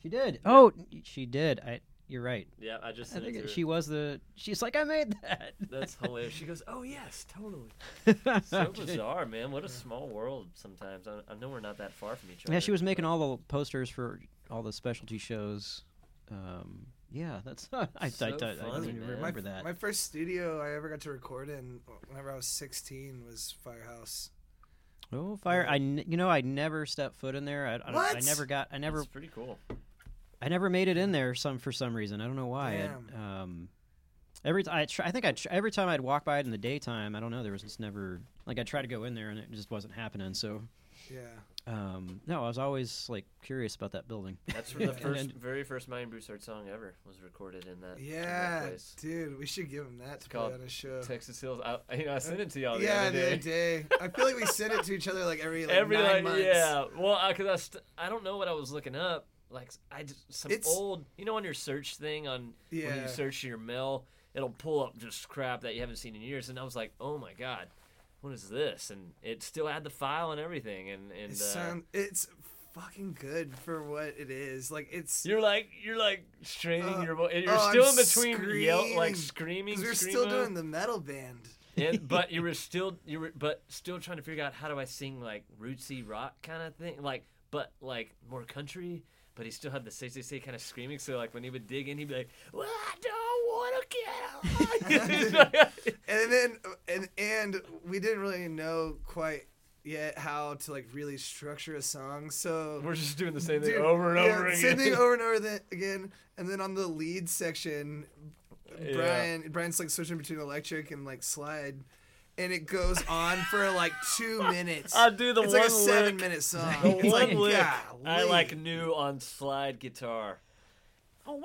Speaker 3: she did. Oh, she did. I. You're right.
Speaker 2: Yeah, I just
Speaker 3: I
Speaker 2: sent
Speaker 3: think
Speaker 2: it to
Speaker 3: it,
Speaker 2: her.
Speaker 3: she was the. She's like, I made that.
Speaker 2: That's hilarious. She goes, "Oh yes, totally." So
Speaker 3: hilarious.
Speaker 2: bizarre, man. What a small world sometimes. I, I know we're not that far from each other.
Speaker 3: yeah, she was making all the posters for all the specialty shows. Um, yeah, that's. I, I, I,
Speaker 2: So
Speaker 3: I,
Speaker 2: funny,
Speaker 3: don't even
Speaker 2: man.
Speaker 1: My,
Speaker 3: remember that.
Speaker 1: my first studio I ever got to record in whenever I was 16 was Firehouse.
Speaker 3: oh, fire! I n- you know I never stepped foot in there. I, I, don't- I
Speaker 1: What?
Speaker 3: never got. I never.
Speaker 2: It's pretty cool.
Speaker 3: I never made it in there. Some for some reason. I don't know why. It,
Speaker 1: Damn.
Speaker 3: um, every time I, tr- I think I tr- every time I'd walk by it in the daytime. I don't know. There was just never like I tried to go in there and it just wasn't happening. So
Speaker 1: Yeah.
Speaker 3: um, no, I was always like curious about that building.
Speaker 2: That's where the
Speaker 1: Yeah.
Speaker 2: first,
Speaker 3: And-
Speaker 2: very first Mayan Broussard song ever was recorded in that. in that
Speaker 1: Yeah,
Speaker 2: place.
Speaker 1: dude, we should give him that to play
Speaker 2: called
Speaker 1: on a show.
Speaker 2: Texas Hills. I, you know, I sent it to y'all. The
Speaker 1: yeah,
Speaker 2: other day.
Speaker 1: the other day. I feel like we send it to each other like every like
Speaker 2: Every
Speaker 1: nine
Speaker 2: like,
Speaker 1: months.
Speaker 2: yeah. Well, I, cause I, st- I don't know what I was looking up. Like I just some
Speaker 1: It's-
Speaker 2: old, you know, on your search thing on when
Speaker 1: Yeah.
Speaker 2: you search your mail, it'll pull up just crap that you haven't seen in years. And I was like, oh my god, what is this? And it still had the file and everything. And and
Speaker 1: It
Speaker 2: uh,
Speaker 1: sound, it's fucking good for what it is. Like it's
Speaker 2: you're like you're like straining
Speaker 1: Uh,
Speaker 2: your voice. You're
Speaker 1: oh,
Speaker 2: still
Speaker 1: I'm
Speaker 2: in between yell like screaming.
Speaker 1: because we we're
Speaker 2: screamo.
Speaker 1: still doing the metal band.
Speaker 2: and, but you were still you were but still trying to figure out how do I sing like rootsy rock kind of thing like but like more country but he still had the say say say kind of screaming so like when he would dig in he'd be like well I don't want to get alive
Speaker 1: and then and and we didn't really know quite yet how to like really structure a song so
Speaker 2: we're just doing the same thing
Speaker 1: Dude,
Speaker 2: over and
Speaker 1: yeah,
Speaker 2: over again
Speaker 1: same thing over and over the, again and then on the lead section
Speaker 2: Yeah.
Speaker 1: brian brian's like switching between electric and like slide and it goes on for like two minutes
Speaker 2: I do the
Speaker 1: it's
Speaker 2: one
Speaker 1: like a seven
Speaker 2: lick
Speaker 1: minute song
Speaker 2: the
Speaker 1: It's like,
Speaker 2: one lick I
Speaker 1: golly.
Speaker 2: like new on slide guitar
Speaker 1: but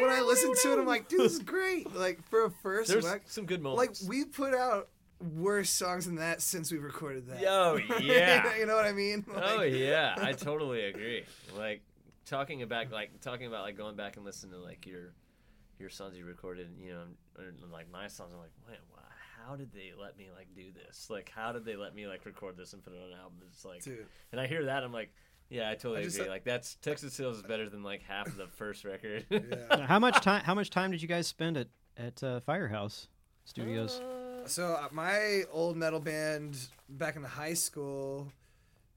Speaker 1: when i listen to it i'm like dude this is great like for a first
Speaker 2: there's
Speaker 1: whack-
Speaker 2: some good
Speaker 1: like
Speaker 2: moments
Speaker 1: we put out worse songs than that since we recorded that.
Speaker 2: Yo, yeah.
Speaker 1: you know what I mean?
Speaker 2: oh
Speaker 1: Like,
Speaker 2: yeah, I totally agree. Like talking about like talking about like going back and listening to like your your songs you recorded, you know, and, and, like my songs. I'm like, wait, why, how did they let me like do this? Like, how did they let me like record this and put it on an album? It's like,
Speaker 1: Dude,
Speaker 2: and I hear that, I'm like, yeah, I totally
Speaker 1: I just-
Speaker 2: agree. like that's Texas Hills is better than like half of the first record.
Speaker 1: yeah.
Speaker 3: how much time? How much time did you guys spend at at uh, Firehouse Studios?
Speaker 2: Uh,
Speaker 1: So uh, my old metal band back in high school,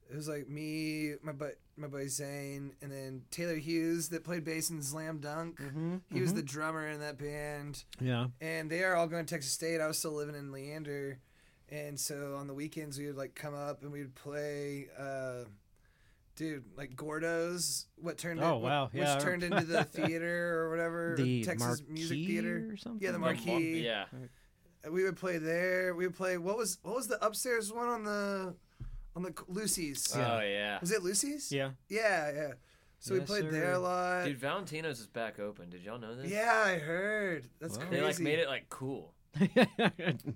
Speaker 1: it was like me, my but my buddy Zane, and then Taylor Hughes that played bass in Slam Dunk.
Speaker 3: Mm-hmm.
Speaker 1: He was the drummer in that band,
Speaker 3: yeah.
Speaker 1: and they are all going to Texas State. I was still living in Leander, and so on the weekends we would like come up and we would play. Uh, Dude, like Gordo's, what turned
Speaker 3: Oh,
Speaker 1: in-
Speaker 3: wow.
Speaker 1: which
Speaker 3: Yeah, I
Speaker 1: turned into the theater or whatever,
Speaker 3: The
Speaker 1: Texas Music
Speaker 3: Marquee
Speaker 1: Theater
Speaker 3: or something.
Speaker 1: Yeah, the
Speaker 2: Mar-
Speaker 1: Marquee.
Speaker 2: yeah,
Speaker 1: we would play there. We would play what was what was the upstairs one on the on the Lucy's?
Speaker 2: oh yeah.
Speaker 1: Was it Lucy's?
Speaker 3: Yeah.
Speaker 1: yeah, yeah. So we
Speaker 3: Yes,
Speaker 1: played
Speaker 3: sir.
Speaker 1: there a lot.
Speaker 2: Dude, Valentino's is back open. Did y'all know this?
Speaker 1: yeah, I heard. That's
Speaker 3: Wow.
Speaker 1: crazy.
Speaker 2: They like made it like cool.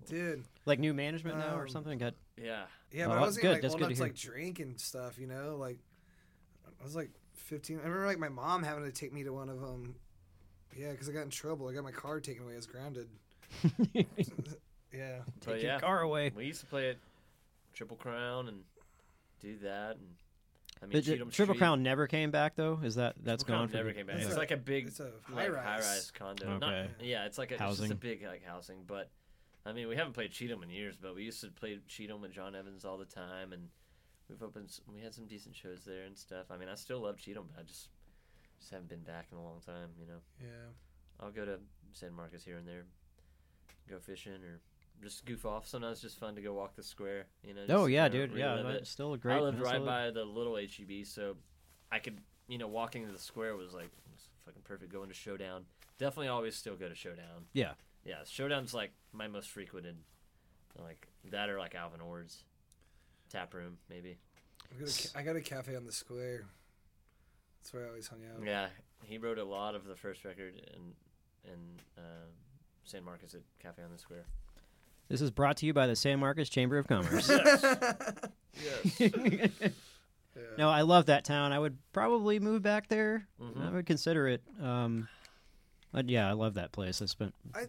Speaker 1: dude.
Speaker 3: like new management now or
Speaker 1: Um,
Speaker 3: something. Got
Speaker 2: Yeah.
Speaker 1: Yeah,
Speaker 3: Oh,
Speaker 1: but I
Speaker 3: that's
Speaker 1: wasn't
Speaker 3: good.
Speaker 1: even, like
Speaker 3: That's
Speaker 1: old
Speaker 3: good
Speaker 1: enough
Speaker 3: to
Speaker 1: to
Speaker 3: hear.
Speaker 1: like drink and stuff. You know, like I was like 15. I remember like my mom having to take me to one of them. Yeah, because I got in trouble. I got my car taken away. I was grounded.
Speaker 3: take
Speaker 1: Yeah.
Speaker 2: But
Speaker 3: your
Speaker 2: yeah.
Speaker 3: car away.
Speaker 2: We used to play it Triple Crown and do that. And I mean,
Speaker 3: But
Speaker 2: Cheatham
Speaker 3: Triple
Speaker 2: Street-
Speaker 3: Crown never came back though. Is that that's
Speaker 2: Triple Crown
Speaker 3: gone? for
Speaker 2: never
Speaker 3: good?
Speaker 2: came back.
Speaker 1: It's
Speaker 2: It's,
Speaker 1: a-
Speaker 2: like a big
Speaker 1: it's a
Speaker 2: like,
Speaker 1: high-rise.
Speaker 2: high-rise condo. Not,
Speaker 3: Okay.
Speaker 2: yeah, it's like a, It's just a
Speaker 3: Housing.
Speaker 2: big like housing, but I mean, we haven't played Cheatham in years, but we used to play Cheatham with John Evans all the time, and we've opened. s- We had some decent shows there and stuff. I mean, I still love Cheatham, but I just just haven't been back in a long time. You know,
Speaker 1: Yeah.
Speaker 2: I'll go to San Marcos here and there, go fishing or just goof off. Sometimes it's just fun to go walk the square. You know.
Speaker 3: Oh
Speaker 2: just
Speaker 3: yeah,
Speaker 2: kinda
Speaker 3: dude. Yeah,
Speaker 2: relive it.
Speaker 3: that's still a great.
Speaker 2: I lived
Speaker 3: that's
Speaker 2: right
Speaker 3: still a-
Speaker 2: by the little HEB, so I could, you know, walking into the square was like was fucking perfect. Going to Showdown, definitely always still go to Showdown.
Speaker 3: Yeah.
Speaker 2: yeah. Showdown's like my most frequented, like that or like Alvin Ord's tap room, maybe.
Speaker 1: I got, a ca- I got a cafe on the square. That's where I always hung out.
Speaker 2: Yeah, he wrote a lot of the first record in in uh, San Marcos at Cafe on the Square.
Speaker 3: This is brought to you by the San Marcos Chamber of Commerce.
Speaker 1: yes. Yeah.
Speaker 3: no, I love that town. I would probably move back there. I
Speaker 2: Mhm.
Speaker 3: would consider it. Um, but yeah, I love that place. I spent
Speaker 1: I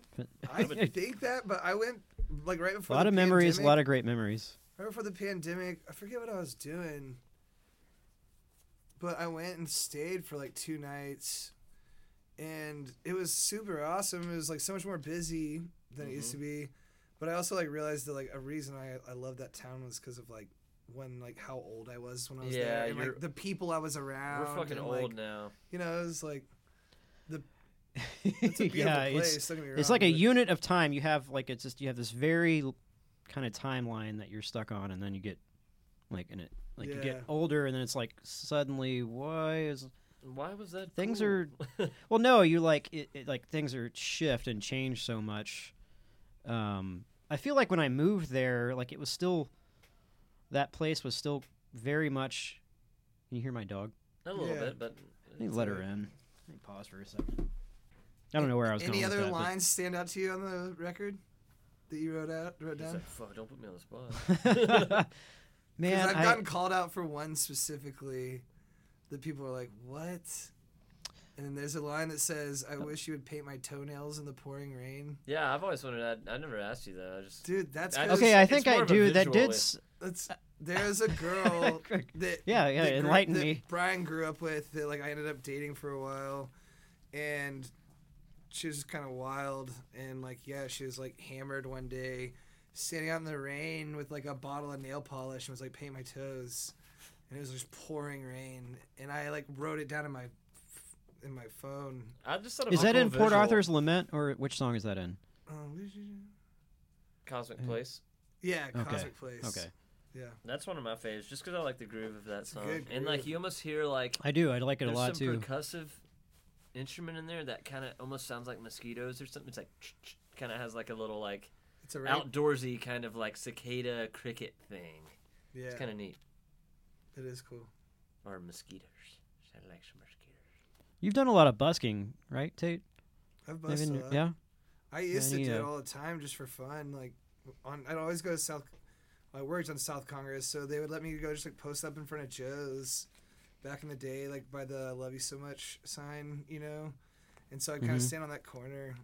Speaker 1: think that, but I went like right
Speaker 3: a
Speaker 1: before
Speaker 3: lot
Speaker 1: the
Speaker 3: of memories, a
Speaker 1: pandemic-
Speaker 3: lot of great memories.
Speaker 1: right before the pandemic, I forget what I was doing, but I went and stayed for like two nights, and it was super awesome. It was like so much more busy than it used
Speaker 2: Mhm.
Speaker 1: to be, but I also like realized that like a reason I I loved that town was because of like when like how old I was when I was
Speaker 2: Yeah,
Speaker 1: there, and
Speaker 2: you're-
Speaker 1: like the people I was around.
Speaker 2: We're fucking
Speaker 1: and,
Speaker 2: old
Speaker 1: Like,
Speaker 2: now.
Speaker 1: you know, it was like it's a beautiful place.
Speaker 3: it's
Speaker 1: don't get me
Speaker 3: it's
Speaker 1: wrong,
Speaker 3: like a
Speaker 1: but-
Speaker 3: unit of time. You have like it's just you have this very kind of timeline that you're stuck on, and then you get like in it. Like you get
Speaker 1: Yeah.
Speaker 3: older, and then it's like suddenly, why is?
Speaker 2: Why was that?
Speaker 3: Things
Speaker 2: cool?
Speaker 3: are- Well, no, you like it, it. Like things are shift and change so much. Um, I feel like when I moved there, like it was still that place was still very much. Can you hear my dog?
Speaker 2: a little
Speaker 1: Yeah.
Speaker 2: bit, but
Speaker 3: Let me let her in. Let me pause for a second. I don't know where I was
Speaker 1: Any
Speaker 3: going.
Speaker 1: other
Speaker 3: with that, but-
Speaker 1: lines stand out to you on the record that you wrote out wrote
Speaker 2: He's
Speaker 1: down?
Speaker 2: like, fuck, don't put me on the spot.
Speaker 3: Man,
Speaker 1: Because I've
Speaker 3: I-
Speaker 1: gotten called out for one specifically that people are like, what? And then there's a line that says, I wish you would paint my toenails in the pouring rain.
Speaker 2: Yeah, I've always wanted that. I never asked you that. I just
Speaker 1: Dude, that's
Speaker 2: I-
Speaker 1: 'cause
Speaker 3: okay, I
Speaker 2: it's
Speaker 3: think
Speaker 2: more
Speaker 3: I
Speaker 2: of a
Speaker 3: do. That
Speaker 2: visual
Speaker 3: did.
Speaker 2: way.
Speaker 3: s-
Speaker 1: that's- there's a girl that
Speaker 3: Uh, Yeah, yeah,
Speaker 1: that grew-
Speaker 3: enlighten
Speaker 1: that
Speaker 3: me.
Speaker 1: Brian grew up with that like I ended up dating for a while and she was kind of wild and like yeah, she was like hammered one day standing out in the rain with like a bottle of nail polish and was like paint my toes and it was just pouring rain and I like wrote it down in my f- in my phone.
Speaker 2: I just thought of
Speaker 3: Is
Speaker 2: a
Speaker 3: that
Speaker 2: cool
Speaker 3: in Port
Speaker 2: visual.
Speaker 3: Arthur's Lament or which song is that in?
Speaker 1: Um, what did you do?
Speaker 2: Cosmic Place?
Speaker 1: yeah,
Speaker 3: Okay,
Speaker 1: Cosmic Place.
Speaker 3: Okay,
Speaker 2: That's one of my faves, just because I like the groove of that song.
Speaker 1: good
Speaker 2: And like
Speaker 1: groove.
Speaker 2: you almost hear like
Speaker 3: I do. I like it
Speaker 2: there's
Speaker 3: a lot
Speaker 2: some
Speaker 3: too.
Speaker 2: percussive instrument in there that kind of almost sounds like mosquitoes or something. It's like kind of has like a little like
Speaker 1: It's a rain.
Speaker 2: outdoorsy kind of like cicada cricket thing.
Speaker 1: yeah.
Speaker 2: It's kind of neat.
Speaker 1: it is cool.
Speaker 2: Or mosquitoes. I like some mosquitoes.
Speaker 3: You've done a lot of busking, right, Tate?
Speaker 1: I've
Speaker 3: Maybe
Speaker 1: busted
Speaker 3: in
Speaker 1: a
Speaker 3: your-
Speaker 1: lot.
Speaker 3: yeah.
Speaker 1: I used
Speaker 3: Any,
Speaker 1: to do it
Speaker 3: uh,
Speaker 1: all the time just for fun. Like, on I'd always go to South. I worked on South Congress, so they would let me go just like post up in front of Joe's, back in the day, like by the "Love You So Much" sign, you know, and so I'd kind
Speaker 3: Mhm.
Speaker 1: of stand on that corner.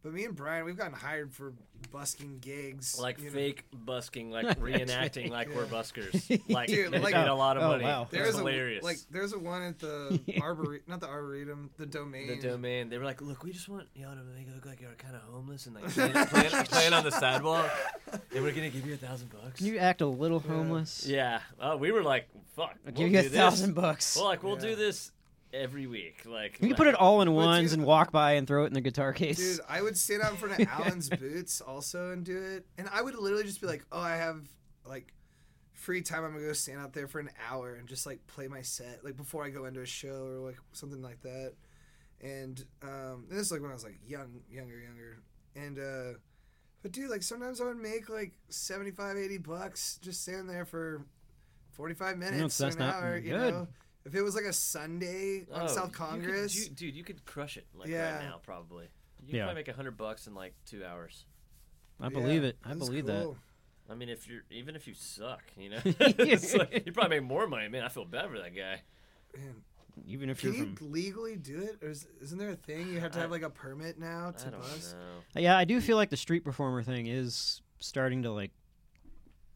Speaker 1: But me and Brian, we've gotten hired for busking gigs,
Speaker 2: Like
Speaker 1: you know.
Speaker 2: fake busking, like reenacting, like we're
Speaker 1: Yeah.
Speaker 2: buskers. Like
Speaker 1: Dude,
Speaker 2: they
Speaker 1: like-
Speaker 2: made a lot of
Speaker 3: Oh,
Speaker 2: money. It
Speaker 3: wow.
Speaker 2: was
Speaker 1: There's
Speaker 2: hilarious.
Speaker 1: a like there's a one at the arbor not the arboretum the domain
Speaker 2: the domain. They were like, "Look, we just want y'all to make it look like you're kind of homeless and like playing, playing, playing on the sidewalk, and we're gonna give you a thousand bucks."
Speaker 3: Can you act a little homeless?
Speaker 2: yeah, oh, we were like, "Fuck,
Speaker 3: I'll
Speaker 2: we'll
Speaker 3: give you a
Speaker 2: do
Speaker 3: thousand
Speaker 2: This.
Speaker 3: bucks.
Speaker 2: We're like, we'll
Speaker 1: Yeah.
Speaker 2: do this every week. Like,
Speaker 3: we can
Speaker 2: like-
Speaker 3: put it all in ones
Speaker 1: dude-
Speaker 3: and walk by and throw it in the guitar case.
Speaker 1: Dude, I would stand out in front of Alan's boots also and do it. And I would literally just be like, oh, I have like free time. I'm going to go stand out there for an hour and just like play my set, like before I go into a show or like something like that. And um, and this is like when I was like young, younger, younger. And, uh, but dude, like sometimes I would make like 75, 80 bucks just standing there for 45 minutes, or
Speaker 3: that's
Speaker 1: an
Speaker 3: not
Speaker 1: hour, you
Speaker 3: good.
Speaker 1: know? If it was like a Sunday on
Speaker 2: Oh, you
Speaker 1: South
Speaker 2: could-
Speaker 1: Congress.
Speaker 2: you- dude. You could crush it like
Speaker 1: Yeah.
Speaker 2: right now, probably. You
Speaker 3: Yeah.
Speaker 2: could probably make a hundred bucks in like two hours.
Speaker 3: I
Speaker 1: yeah,
Speaker 3: believe it. I
Speaker 1: that's
Speaker 3: believe
Speaker 1: cool.
Speaker 2: I mean, if you're even if you suck, you know, It's like, you probably make more money. Man, I feel bad for that guy.
Speaker 1: Man,
Speaker 3: that. Even if
Speaker 1: Can
Speaker 3: you're
Speaker 1: you
Speaker 3: from.
Speaker 1: legally do it, or is, isn't there a thing you have to
Speaker 2: I-
Speaker 1: have like a permit now
Speaker 2: I
Speaker 1: to
Speaker 2: don't
Speaker 1: bust?
Speaker 2: know.
Speaker 3: Yeah, I do feel like the street performer thing is starting to like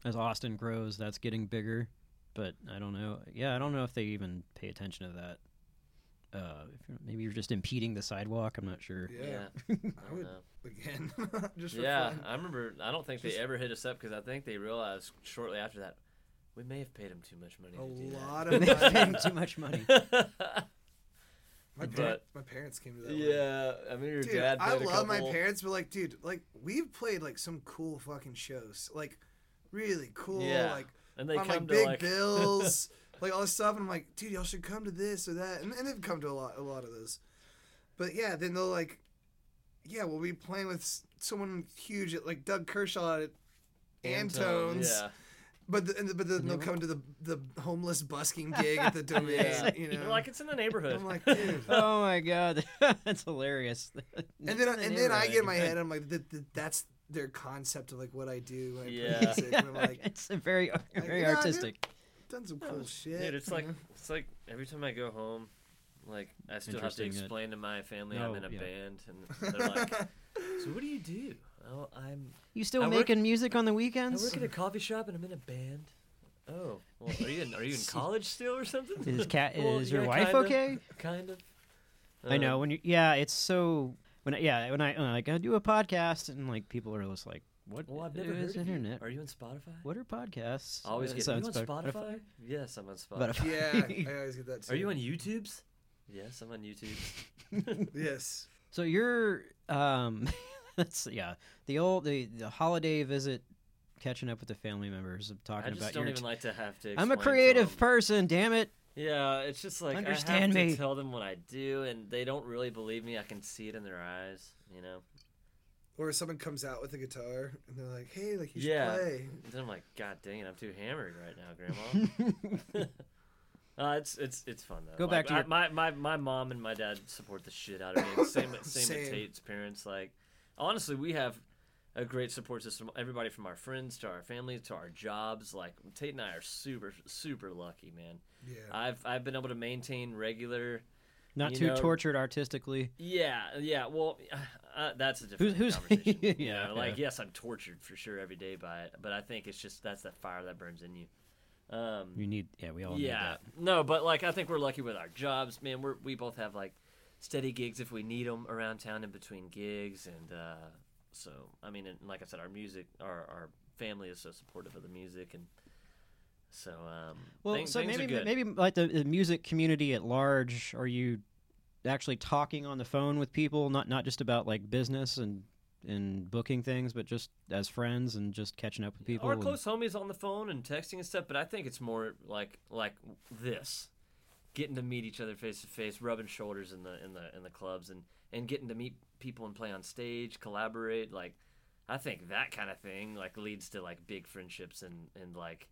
Speaker 3: as Austin grows, that's getting bigger. But I don't know. Yeah, I don't know if they even pay attention to that. Uh, if you're, maybe you're just impeding the sidewalk. I'm not sure.
Speaker 1: Yeah.
Speaker 2: I
Speaker 1: I
Speaker 2: don't
Speaker 1: would
Speaker 2: know.
Speaker 1: again. just for
Speaker 2: Yeah,
Speaker 1: fun.
Speaker 2: I remember. I don't think they ever hit us up because I think they realized shortly after that we may have paid them too much money.
Speaker 1: A
Speaker 2: to do
Speaker 1: lot
Speaker 2: that.
Speaker 1: of
Speaker 3: They pay 'em too much money.
Speaker 1: My,
Speaker 2: But-
Speaker 1: parent, my parents came to that. one.
Speaker 2: yeah, I mean your
Speaker 1: Dude,
Speaker 2: dad.
Speaker 1: I
Speaker 2: played a
Speaker 1: love my
Speaker 2: couple-
Speaker 1: parents, but like, dude, like we've played like some cool fucking shows, like really cool,
Speaker 2: Yeah.
Speaker 1: like
Speaker 2: and they
Speaker 1: on
Speaker 2: come
Speaker 1: like
Speaker 2: to
Speaker 1: big
Speaker 2: like
Speaker 1: bills, like all this stuff. And I'm like, dude, y'all should come to this or that, and, and they've come to a lot, a lot of those. But yeah, then they'll like, yeah, we'll be playing with s- someone huge at like Doug Kershaw at Antones,
Speaker 2: Yeah,
Speaker 1: but the, and the, but then
Speaker 3: And
Speaker 1: they'll
Speaker 3: they
Speaker 1: come to the the homeless busking gig at the domain,
Speaker 2: Yeah.
Speaker 1: you
Speaker 2: You're
Speaker 1: know.
Speaker 2: like it's in the neighborhood.
Speaker 1: I'm like, dude.
Speaker 3: oh my god, that's hilarious.
Speaker 1: and then and then I get in my head, I'm like, th- th- that's their concept of like what I do when I
Speaker 2: Yeah.
Speaker 1: play music. And I'm like,
Speaker 3: it's a very very
Speaker 1: "Nah, dude."
Speaker 3: artistic.
Speaker 1: done some cool shit.
Speaker 2: Dude, it's
Speaker 1: you
Speaker 2: like
Speaker 1: know?
Speaker 2: it's like every time I go home, like I still have to
Speaker 3: Interesting that-
Speaker 2: explain to my family
Speaker 3: No,
Speaker 2: I'm in a
Speaker 3: yeah.
Speaker 2: band, and they're like, "So what do you do?" Oh, I'm
Speaker 3: You still
Speaker 2: I work-
Speaker 3: making music on the
Speaker 2: I
Speaker 3: weekends?
Speaker 2: work at a coffee shop and I'm in a band. Oh, well, are you in, are you in college still or something?
Speaker 3: Is cat
Speaker 2: Well,
Speaker 3: is your
Speaker 2: yeah,
Speaker 3: wife
Speaker 2: kind of.
Speaker 3: okay?
Speaker 2: kind of.
Speaker 3: I know
Speaker 2: Um,
Speaker 3: when you yeah, it's so when I, yeah when I when I, like I do a podcast and like people are just like what
Speaker 2: Well, I've never
Speaker 3: is
Speaker 2: heard of you.
Speaker 3: internet?
Speaker 2: Are you on Spotify?
Speaker 3: What are podcasts?
Speaker 2: I always
Speaker 3: Uh,
Speaker 2: get.
Speaker 3: so
Speaker 2: Are you
Speaker 3: it's
Speaker 2: on
Speaker 3: Spot-
Speaker 2: Spotify? Yes, I'm on Spotify.
Speaker 3: Spotify.
Speaker 1: yeah, I always get that too.
Speaker 2: Are you on YouTube's? Yes, I'm on YouTube.
Speaker 1: Yes.
Speaker 3: So you're um that's yeah the old the, the holiday visit catching up with the family members of
Speaker 2: I
Speaker 3: talking
Speaker 2: just
Speaker 3: about
Speaker 2: don't
Speaker 3: your
Speaker 2: even like to have to.
Speaker 3: I'm a
Speaker 2: explain to
Speaker 3: creative
Speaker 2: them.
Speaker 3: person, damn it.
Speaker 2: Yeah, it's just like
Speaker 3: Understand
Speaker 2: I have
Speaker 3: me.
Speaker 2: to tell them what I do, and they don't really believe me. I can see it in their eyes, you know.
Speaker 1: Or someone comes out with a guitar and they're like, "Hey, like you should
Speaker 2: Yeah.
Speaker 1: play."
Speaker 2: And then I'm like, God dang it, I'm too hammered right now, Grandma. uh, it's it's it's fun though.
Speaker 3: Go back
Speaker 2: Like,
Speaker 3: to your-
Speaker 2: I, my, my my mom and my dad support the shit out of me. Same same,
Speaker 1: Same.
Speaker 2: with Tate's parents. Like, honestly, we have a great support system. Everybody from our friends to our families to our jobs. Like Tate and I are super super lucky, man.
Speaker 1: Yeah.
Speaker 2: I've I've been able to maintain regular
Speaker 3: Not
Speaker 2: You
Speaker 3: too
Speaker 2: know-
Speaker 3: tortured artistically.
Speaker 2: Yeah, yeah. Well, uh, that's a different
Speaker 3: who's-
Speaker 2: conversation. you
Speaker 3: Yeah,
Speaker 2: know, like
Speaker 3: yeah.
Speaker 2: yes, I'm tortured for sure every day by it, but I think it's just that's that fire that burns in you. Um,
Speaker 3: You need yeah, we all need
Speaker 2: yeah,
Speaker 3: that.
Speaker 2: no, but like I think we're lucky with our jobs, man. We're we both have like steady gigs if we need them around town in between gigs, and uh, so I mean, and like I said, our music, our our family is so supportive of the music, and so um,
Speaker 3: Well,
Speaker 2: things,
Speaker 3: so
Speaker 2: things
Speaker 3: maybe
Speaker 2: are good.
Speaker 3: maybe like the, the music community at large, are you actually talking on the phone with people, not not just about like business and and booking things, but just as friends and just catching up with people?
Speaker 2: Our
Speaker 3: and-
Speaker 2: close homies on the phone and texting and stuff, but I think it's more like like this, getting to meet each other face to face, rubbing shoulders in the in the in the clubs, and and getting to meet people and play on stage, collaborate. Like, I think that kind of thing like leads to like big friendships and and like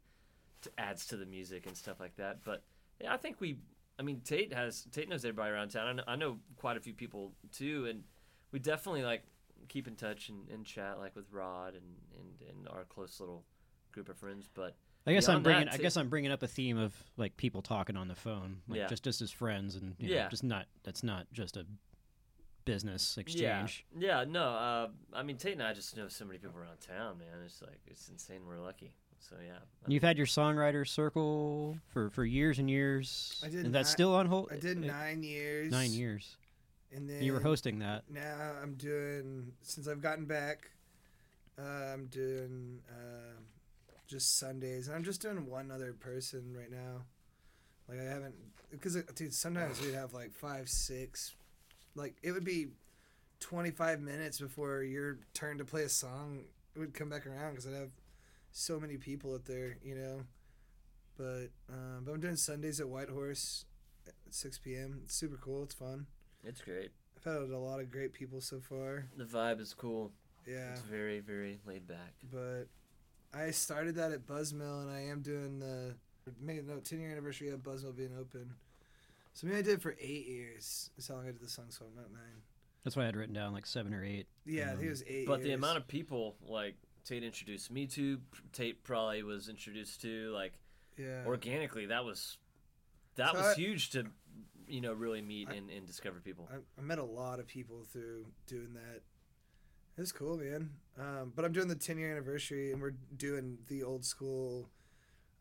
Speaker 2: t adds to the music and stuff like that. But yeah, I think we. I mean, Tate has Tate knows everybody around town. I know, I know quite a few people too, and we definitely like keep in touch and, and chat like with Rod and, and, and our close little group of friends. But
Speaker 3: I guess I'm
Speaker 2: beyond that,
Speaker 3: bringing. I
Speaker 2: too-
Speaker 3: guess I'm bringing up a theme of like people talking on the phone, like
Speaker 2: Yeah.
Speaker 3: just just as friends, and you know,
Speaker 2: Yeah.
Speaker 3: just not that's not just a business exchange.
Speaker 2: yeah, yeah, no. Uh, I mean, Tate and I just know so many people around town, man. It's like it's insane. We're lucky. So yeah,
Speaker 3: And You've had your songwriter circle for for years and years.
Speaker 1: I did
Speaker 3: and that's
Speaker 1: ni-
Speaker 3: still on hold.
Speaker 1: I did
Speaker 3: uh,
Speaker 1: nine years.
Speaker 3: Nine years.
Speaker 1: And then
Speaker 3: You were hosting that.
Speaker 1: Now I'm doing since I've gotten back. Uh, I'm doing um just Sundays, and I'm just doing one other person right now. Like I haven't, because dude, sometimes we'd have like five, six, like it would be twenty five minutes before your turn to play a song would come back around because I'd have so many people up there, you know. But um, but I'm doing Sundays at White Horse at 6 p.m. It's super cool. It's fun.
Speaker 2: it's great.
Speaker 1: I've had a lot of great people so far.
Speaker 2: The vibe is cool.
Speaker 1: Yeah.
Speaker 2: It's very very laid back.
Speaker 1: But I started that at Buzzmill and I am doing the made no ten year anniversary of Buzzmill being open. So maybe I did it for eight years. That's how long I did the song so I'm not nine.
Speaker 3: That's what I had written down, like seven or eight.
Speaker 1: Yeah, I think it was eight
Speaker 2: But the amount of people like Tate introduced me to, Tate probably was introduced to like
Speaker 1: Yeah.
Speaker 2: organically. That was that
Speaker 1: So
Speaker 2: was
Speaker 1: I-
Speaker 2: huge to you know really meet and, and discover people.
Speaker 1: I, I met a lot of people through doing that. It's cool, man. Um, but I'm doing the 10 year anniversary, and we're doing the old school.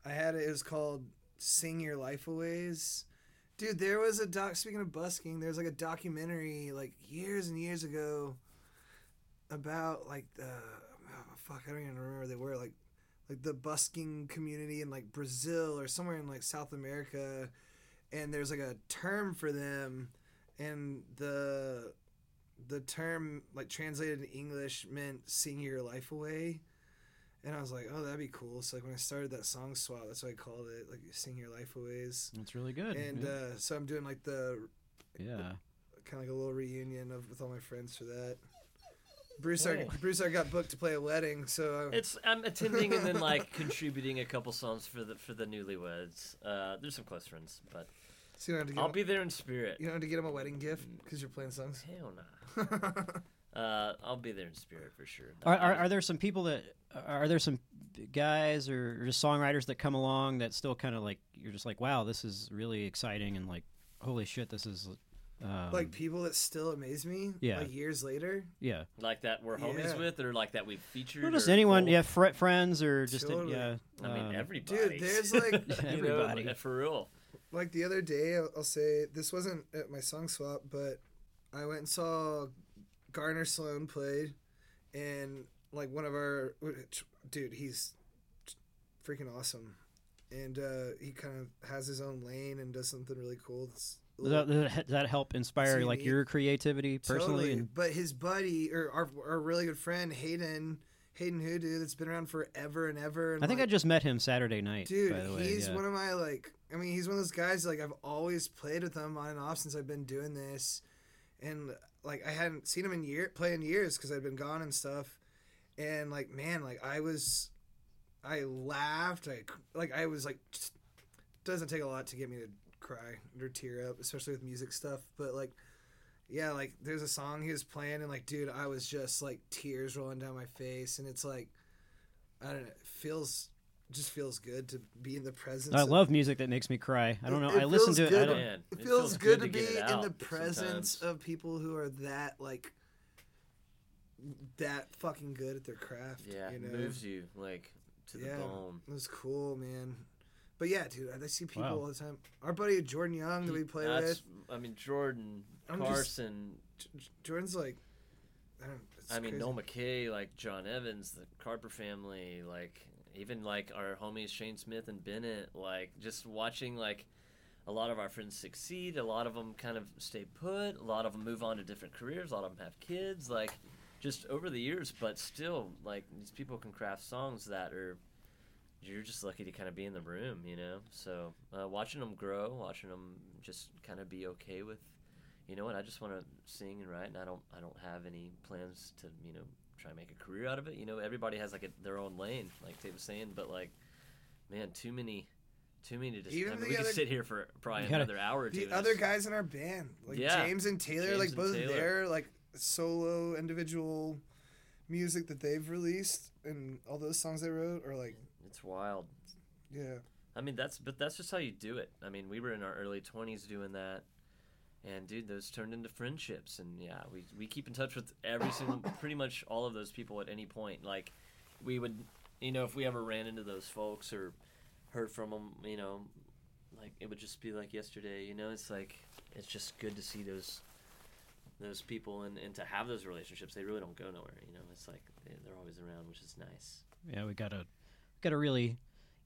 Speaker 1: I had it. It was called "Sing Your Life Aways." Dude, there was a doc. Speaking of busking, there was like a documentary like years and years ago about like the oh, fuck. I don't even remember they were like like the busking community in like Brazil or somewhere in like South America, and there's like a term for them, and the the term like translated in English meant "sing your life away," and I was like, "Oh, that'd be cool." So like when I started that song swap, that's what I called it, like "sing your life aways."
Speaker 3: That's really good.
Speaker 1: And
Speaker 3: yeah.
Speaker 1: uh, so I'm doing like the
Speaker 3: yeah.
Speaker 1: kind of like a little reunion of with all my friends for that. Bruce, I Bruce, I got booked to play a wedding, so uh, I,
Speaker 2: It's I'm attending and then like contributing a couple songs for the for the newlyweds. Uh, there's some close friends, but
Speaker 1: so you don't have to get
Speaker 2: I'll
Speaker 1: him,
Speaker 2: be there in spirit.
Speaker 1: you don't have to get him a wedding gift because you're playing songs.
Speaker 2: Hell nah. Uh, I'll be there in spirit for sure.
Speaker 3: Are, are, are there some people that are there some guys or, or just songwriters that come along that still kind of like you're just like wow this is really exciting and like holy shit this is um,
Speaker 1: like people that still amaze me,
Speaker 3: yeah.
Speaker 1: like years later.
Speaker 3: yeah
Speaker 2: like that we're homies
Speaker 1: Yeah.
Speaker 2: with, or like that we've featured?
Speaker 3: or just
Speaker 2: or
Speaker 3: anyone
Speaker 2: told?
Speaker 3: yeah fr- friends or just
Speaker 1: Totally.
Speaker 3: yeah
Speaker 2: I mean
Speaker 3: um,
Speaker 2: everybody.
Speaker 1: there's, like-
Speaker 2: You know,
Speaker 3: Everybody.
Speaker 2: like, for real.
Speaker 1: like the other day I'll, I'll say this wasn't at my song swap but i went and saw garner sloan played and like one of our dude he's freaking awesome and uh, he kind of has his own lane and does something really cool that's a
Speaker 3: does
Speaker 1: little-
Speaker 3: that, does that help inspire
Speaker 1: So
Speaker 3: like
Speaker 1: unique.
Speaker 3: your creativity personally
Speaker 1: Totally.
Speaker 3: and
Speaker 1: But his buddy or our, our really good friend Hayden Hayden Hoodoo that's been around forever and ever. And
Speaker 3: I think
Speaker 1: like,
Speaker 3: I just met him Saturday night
Speaker 1: Dude,
Speaker 3: by the way
Speaker 1: he's
Speaker 3: yeah.
Speaker 1: one of my like. I mean, he's one of those guys like I've always played with him on and off since I've been doing this, and like I hadn't seen him in year play in years because I'd been gone and stuff, and like man, like I was, I laughed, I like I was like, just- doesn't take a lot to get me to cry or tear up, especially with music stuff, but like. Yeah, like there's a song he was playing, and like, dude, I was just like tears rolling down my face, and it's like, I don't know, it feels just feels good to be in the presence.
Speaker 3: I
Speaker 1: of-
Speaker 3: love music that makes me cry I don't
Speaker 1: It-
Speaker 3: know
Speaker 1: it
Speaker 3: I listen
Speaker 1: feels
Speaker 3: to it I
Speaker 1: good.
Speaker 3: don't
Speaker 2: Man,
Speaker 1: It feels good to be
Speaker 2: get it
Speaker 1: in the
Speaker 2: out
Speaker 1: presence
Speaker 2: sometimes.
Speaker 1: of people who are that like that fucking good at their craft.
Speaker 2: Yeah,
Speaker 1: you
Speaker 2: it
Speaker 1: know?
Speaker 2: moves you like to the
Speaker 1: Yeah.
Speaker 2: bone.
Speaker 1: It was cool, man. But yeah, dude, I I see people
Speaker 3: Wow.
Speaker 1: all the time. Our buddy Jordan Young that we play with,
Speaker 2: That's, I mean Jordan
Speaker 1: I'm just-
Speaker 2: Carson.
Speaker 1: J- Jordan's like, I don't. It's
Speaker 2: I mean
Speaker 1: crazy.
Speaker 2: Noel McKay, like John Evans, the Carper family, like even like our homies Shane Smith and Bennett. Like just watching like a lot of our friends succeed. A lot of them kind of stay put. A lot of them move on to different careers. A lot of them have kids. Like just over the years, but still like these people can craft songs that are. You're just lucky to kind of be in the room, you know. So uh, watching them grow, watching them just kind of be okay with you know what i just want to sing and write and i don't i don't have any plans to you know try and make a career out of it you know everybody has like a, their own lane like dave was saying but like man too many too many to
Speaker 1: Even
Speaker 2: I mean,
Speaker 1: the
Speaker 2: we
Speaker 1: other-
Speaker 2: could sit here for probably
Speaker 3: You gotta-
Speaker 2: another hour or two
Speaker 1: the
Speaker 2: and
Speaker 1: other
Speaker 2: just-
Speaker 1: guys in our band, like
Speaker 2: Yeah.
Speaker 1: James and Taylor,
Speaker 2: James
Speaker 1: like
Speaker 2: and
Speaker 1: both
Speaker 2: Taylor.
Speaker 1: their like solo individual music that they've released and all those songs they wrote are like,
Speaker 2: it's wild
Speaker 1: yeah.
Speaker 2: i mean that's but that's just how you do it i mean we were in our early 20s doing that and dude those turned into friendships and yeah we, we keep in touch with every single pretty much all of those people at any point like we would you know if we ever ran into those folks or heard from them you know like it would just be like yesterday you know it's like it's just good to see those those people and, and to have those relationships they really don't go nowhere you know it's like they, they're always around which is nice
Speaker 3: Yeah, we gotta gotta really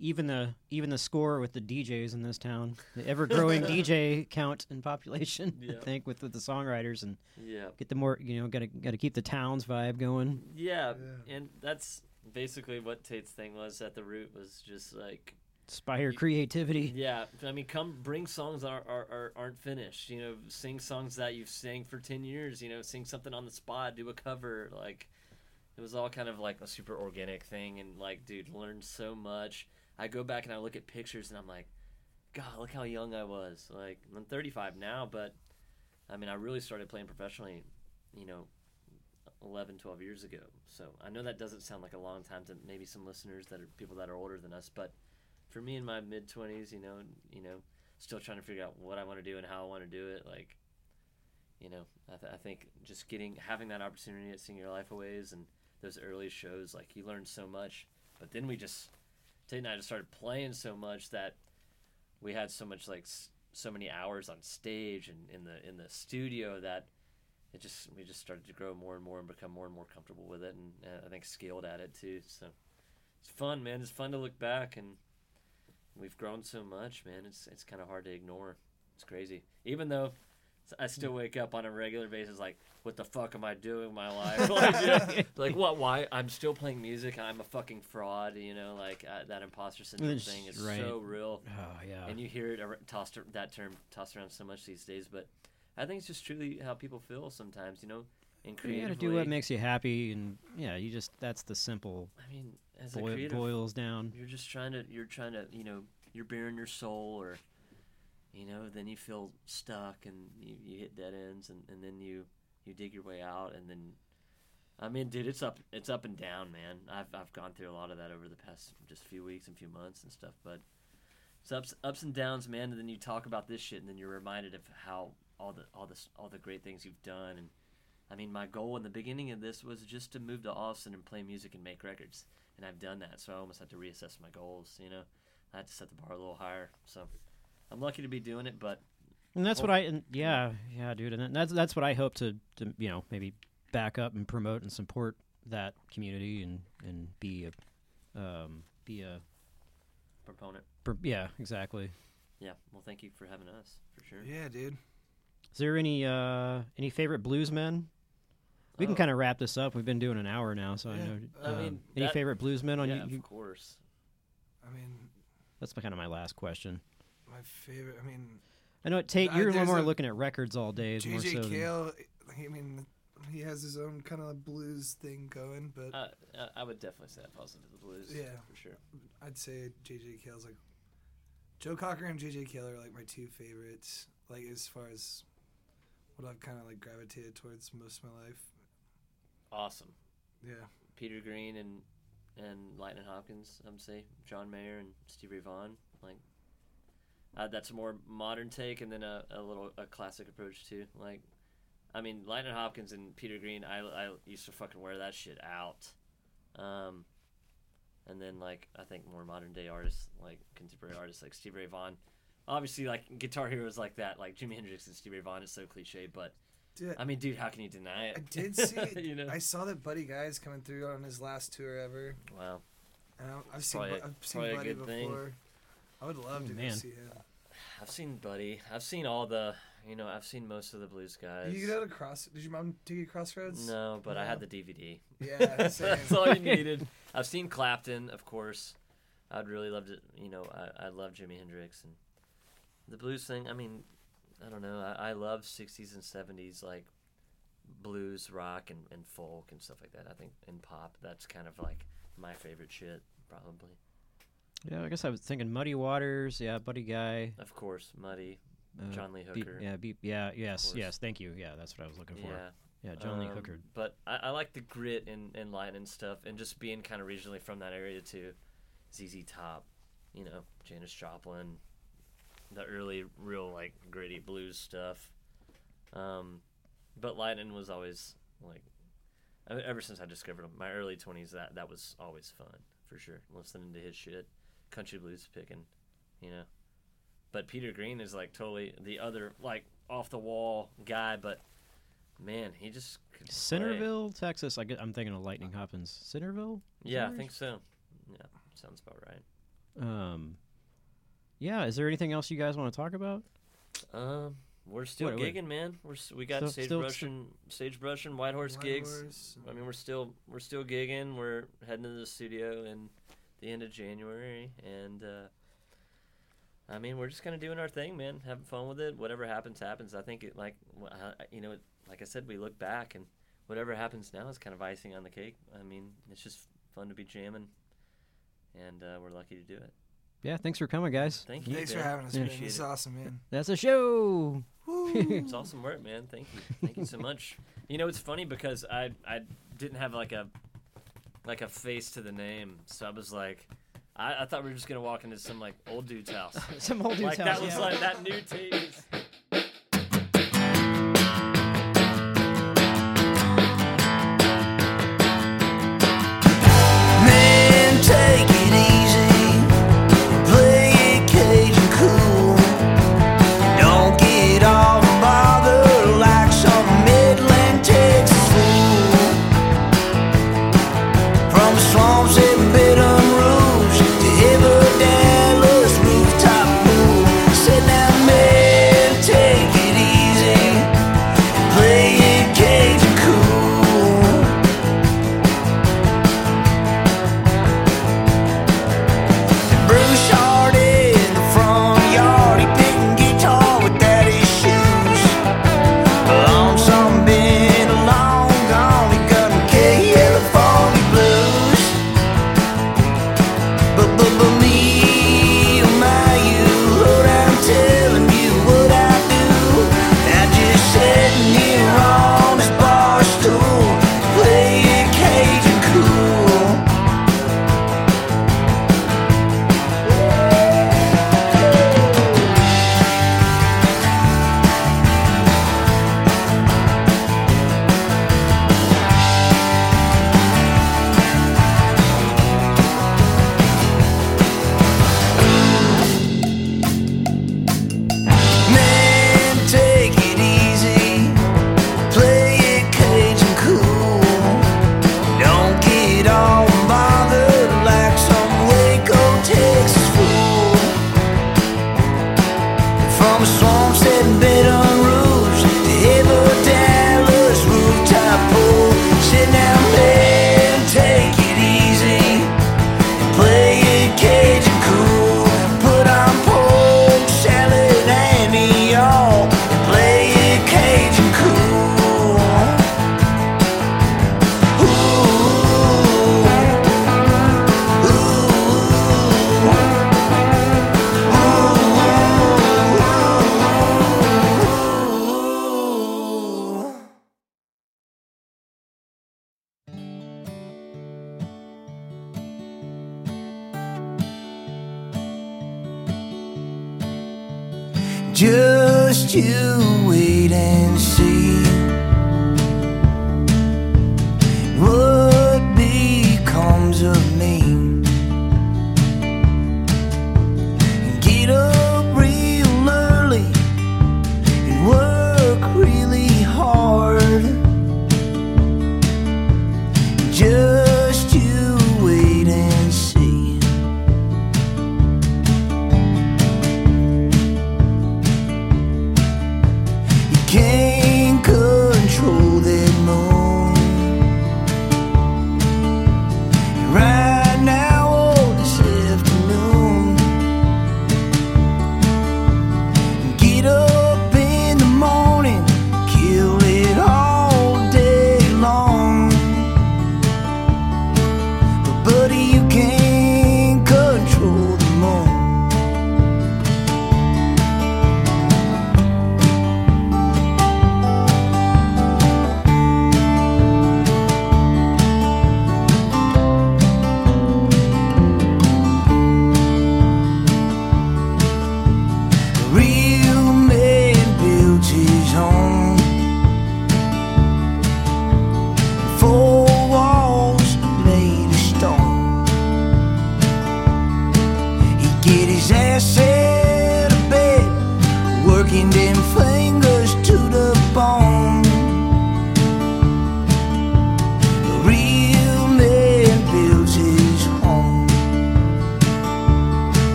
Speaker 3: even the even the score with the DJs in this town. The ever growing DJ count and population,
Speaker 2: Yeah.
Speaker 3: I think, with, with the songwriters and
Speaker 2: yeah
Speaker 3: get the more you know, gotta gotta keep the town's vibe going.
Speaker 2: yeah
Speaker 1: Yeah.
Speaker 2: and that's basically what tate's thing was at the root was just like
Speaker 3: Inspire creativity.
Speaker 2: Yeah, I mean, come bring songs that are, are, are aren't finished. You know, sing songs that you've sang for ten years. You know, sing something on the spot, do a cover. Like, it was all kind of like a super organic thing, and like, dude, learned so much. I go back and I look at pictures, and I'm like, God, look how young I was. Like, I'm 35 now, but I mean, I really started playing professionally, you know, 11, 12 years ago. So I know that doesn't sound like a long time to maybe some listeners that are people that are older than us, but for me in my mid 20s, you know, you know, still trying to figure out what I want to do and how I want to do it, like you know, I, th- I think just getting having that opportunity at Senior Life Aways and those early shows, like you learned so much. But then we just Tate and I just started playing so much that we had so much like s- so many hours on stage and in the in the studio that it just we just started to grow more and more and become more and more comfortable with it and uh, I think skilled at it too. So it's fun, man. It's fun to look back and we've grown so much, man. It's it's kind of hard to ignore. It's crazy, even though. I still wake up on a regular basis like, what the fuck am I doing with my life? like, you know, like, what? Why? I'm still playing music. I'm a fucking fraud. You know, like uh, that imposter syndrome
Speaker 3: It's
Speaker 2: thing is
Speaker 3: right.
Speaker 2: so real
Speaker 3: Oh yeah.
Speaker 2: and you hear it ar- tossed ar- that term tossed around so much these days. But I think it's just truly how people feel sometimes, you know. And
Speaker 3: You
Speaker 2: creatively,
Speaker 3: gotta do what makes you happy, and yeah, you just that's the simple
Speaker 2: I mean, as a
Speaker 3: boi-
Speaker 2: creative,
Speaker 3: boils down.
Speaker 2: you're just trying to you're trying to you know you're bearing your soul, or you know, then you feel stuck and you, you hit dead ends, and, and then you you dig your way out, and then. I mean, dude, it's up, it's up and down, man. I've I've gone through a lot of that over the past just few weeks and few months and stuff, but It's ups, ups and downs, man. And then you talk about this shit, and then you're reminded of how all the all this all the great things you've done. And I mean, my goal in the beginning of this was just to move to Austin and play music and make records, and I've done that. So I almost had to reassess my goals. You know, I had to set the bar a little higher. So I'm lucky to be doing it, but
Speaker 3: And that's what
Speaker 2: Well-
Speaker 3: I and yeah yeah dude and that's that's what I hope to, to you know maybe back up and promote and support that community and and be a um be a
Speaker 2: proponent.
Speaker 3: per- yeah exactly.
Speaker 2: Yeah. Well, thank you for having us for sure.
Speaker 1: Yeah, dude.
Speaker 3: Is there any uh any favorite bluesmen? We can
Speaker 2: Oh.
Speaker 3: kind of wrap this up. We've been doing an hour now, so I
Speaker 1: Yeah,
Speaker 3: know.
Speaker 1: I
Speaker 3: um,
Speaker 2: mean,
Speaker 3: any
Speaker 2: that-
Speaker 3: favorite bluesmen on
Speaker 2: Oh, yeah,
Speaker 3: you?
Speaker 2: of course.
Speaker 1: I mean,
Speaker 3: That's kind of my last question.
Speaker 1: my favorite. I mean,
Speaker 3: I know Tate,
Speaker 1: Uh,
Speaker 3: you're
Speaker 1: there's
Speaker 3: more
Speaker 1: a-
Speaker 3: looking at records all day, more so.
Speaker 1: JJ
Speaker 3: than-
Speaker 1: Cale. I mean, he has his own kind of blues thing going, but
Speaker 2: Uh, I- I would definitely say that positive to the blues.
Speaker 1: Yeah.
Speaker 2: for sure.
Speaker 1: I'd say JJ Cale's like Joe Cocker and JJ Cale are like my two favorites. Like as far as what I've kind of like gravitated towards most of my life.
Speaker 2: Awesome.
Speaker 1: Yeah.
Speaker 2: Peter Green and and Lightning Hopkins. I'm say John Mayer and Steve Ray Vaughan. Like uh, that's a more modern take, and then a, a little a classic approach too. Like I mean, Lightning Hopkins and Peter Green. I, I used to fucking wear that shit out. Um, and then like I think more modern day artists, like contemporary artists, like Steve Ray Vaughan. Obviously, like guitar heroes like that, like Jimi Hendrix and Stevie Ray Vaughan, is so cliche. But
Speaker 1: Dude,
Speaker 2: I mean, dude, how can you deny it?
Speaker 1: I did see.
Speaker 2: you know,
Speaker 1: I saw that Buddy Guy's coming through on his last tour ever,
Speaker 2: wow.
Speaker 1: and I- I've
Speaker 2: It's
Speaker 1: seen Bu-
Speaker 2: probably a-
Speaker 1: I've seen
Speaker 2: probably a
Speaker 1: Buddy
Speaker 2: good thing.
Speaker 1: before. I would love
Speaker 3: Oh,
Speaker 1: to
Speaker 3: man.
Speaker 1: go see him.
Speaker 2: I've seen Buddy. I've seen all the, you know, I've seen most of the blues guys.
Speaker 1: You go to cross? Did your mom take you to Crossroads?
Speaker 2: Uh, no, but I had
Speaker 1: No.
Speaker 2: the DVD.
Speaker 1: Yeah, same.
Speaker 2: that's all you needed. I've seen Clapton, of course. I'd really love to, you know, I, I love Jimi Hendrix and the blues thing. I mean, I don't know. I, I love 60s and 70s, like blues, rock, and, and folk and stuff like that. I think, and pop. That's kind of like my favorite shit, probably.
Speaker 3: Yeah, I guess I was thinking Muddy Waters. Yeah, Buddy Guy.
Speaker 2: Of course, Muddy,
Speaker 3: uh,
Speaker 2: John Lee
Speaker 3: Be-
Speaker 2: Hooker.
Speaker 3: yeah, be- yeah, yes,
Speaker 2: course.
Speaker 3: yes. Thank you. Yeah, that's what I was looking for.
Speaker 2: yeah.
Speaker 3: Yeah, John Lee
Speaker 2: Um,
Speaker 3: Hooker.
Speaker 2: But I, I like the grit and, and line and stuff, and just being kind of regionally from that area too. ZZ Top, you know, Janis Joplin, the early real like gritty blues stuff. Um, but Lydon was always like, e- ever since I discovered him, my early twenties, that that was always fun for sure. Listening to his shit, country blues picking, you know. But Peter Green is like totally the other like off the wall guy, but man, he just could play.
Speaker 3: Centerville, Texas. I am thinking of Lightning Hopkins. Centerville.
Speaker 2: Yeah, I
Speaker 3: Centers?
Speaker 2: think so. Yeah, sounds about right.
Speaker 3: Um, yeah. Is there anything else you guys want to talk about?
Speaker 2: Um, we're still
Speaker 3: Wait, wait.
Speaker 2: gigging, man. We're s- we got
Speaker 3: So- still-
Speaker 2: sagebrush
Speaker 3: still-
Speaker 2: and sagebrush and white horse
Speaker 1: White
Speaker 2: gigs.
Speaker 1: Horse.
Speaker 2: I mean, we're still we're still gigging. We're heading to the studio in the end of January, and uh, I mean, we're just kind of doing our thing, man. Having fun with it. Whatever happens, happens. I think it like wh- I- you know, like I said, we look back, and whatever happens now is kind of icing on the cake. I mean, it's just fun to be jamming, and uh, we're lucky to do it.
Speaker 3: Yeah. Thanks for coming, guys.
Speaker 2: Thank you.
Speaker 1: Thanks for
Speaker 2: man.
Speaker 1: having us,
Speaker 3: Yeah.
Speaker 1: man.
Speaker 2: Appreciate
Speaker 1: This is
Speaker 2: it.
Speaker 1: awesome, man.
Speaker 3: That's a show.
Speaker 1: Woo!
Speaker 2: It's awesome work, man. Thank you. Thank you so much. You know, it's funny because I I didn't have like a like a face to the name, so I was like, I, I thought we were just gonna walk into some like old dude's house.
Speaker 3: Some old
Speaker 2: like
Speaker 3: dude's house.
Speaker 2: that was
Speaker 3: yeah.
Speaker 2: like that new tape. is-
Speaker 4: Just you wait and see.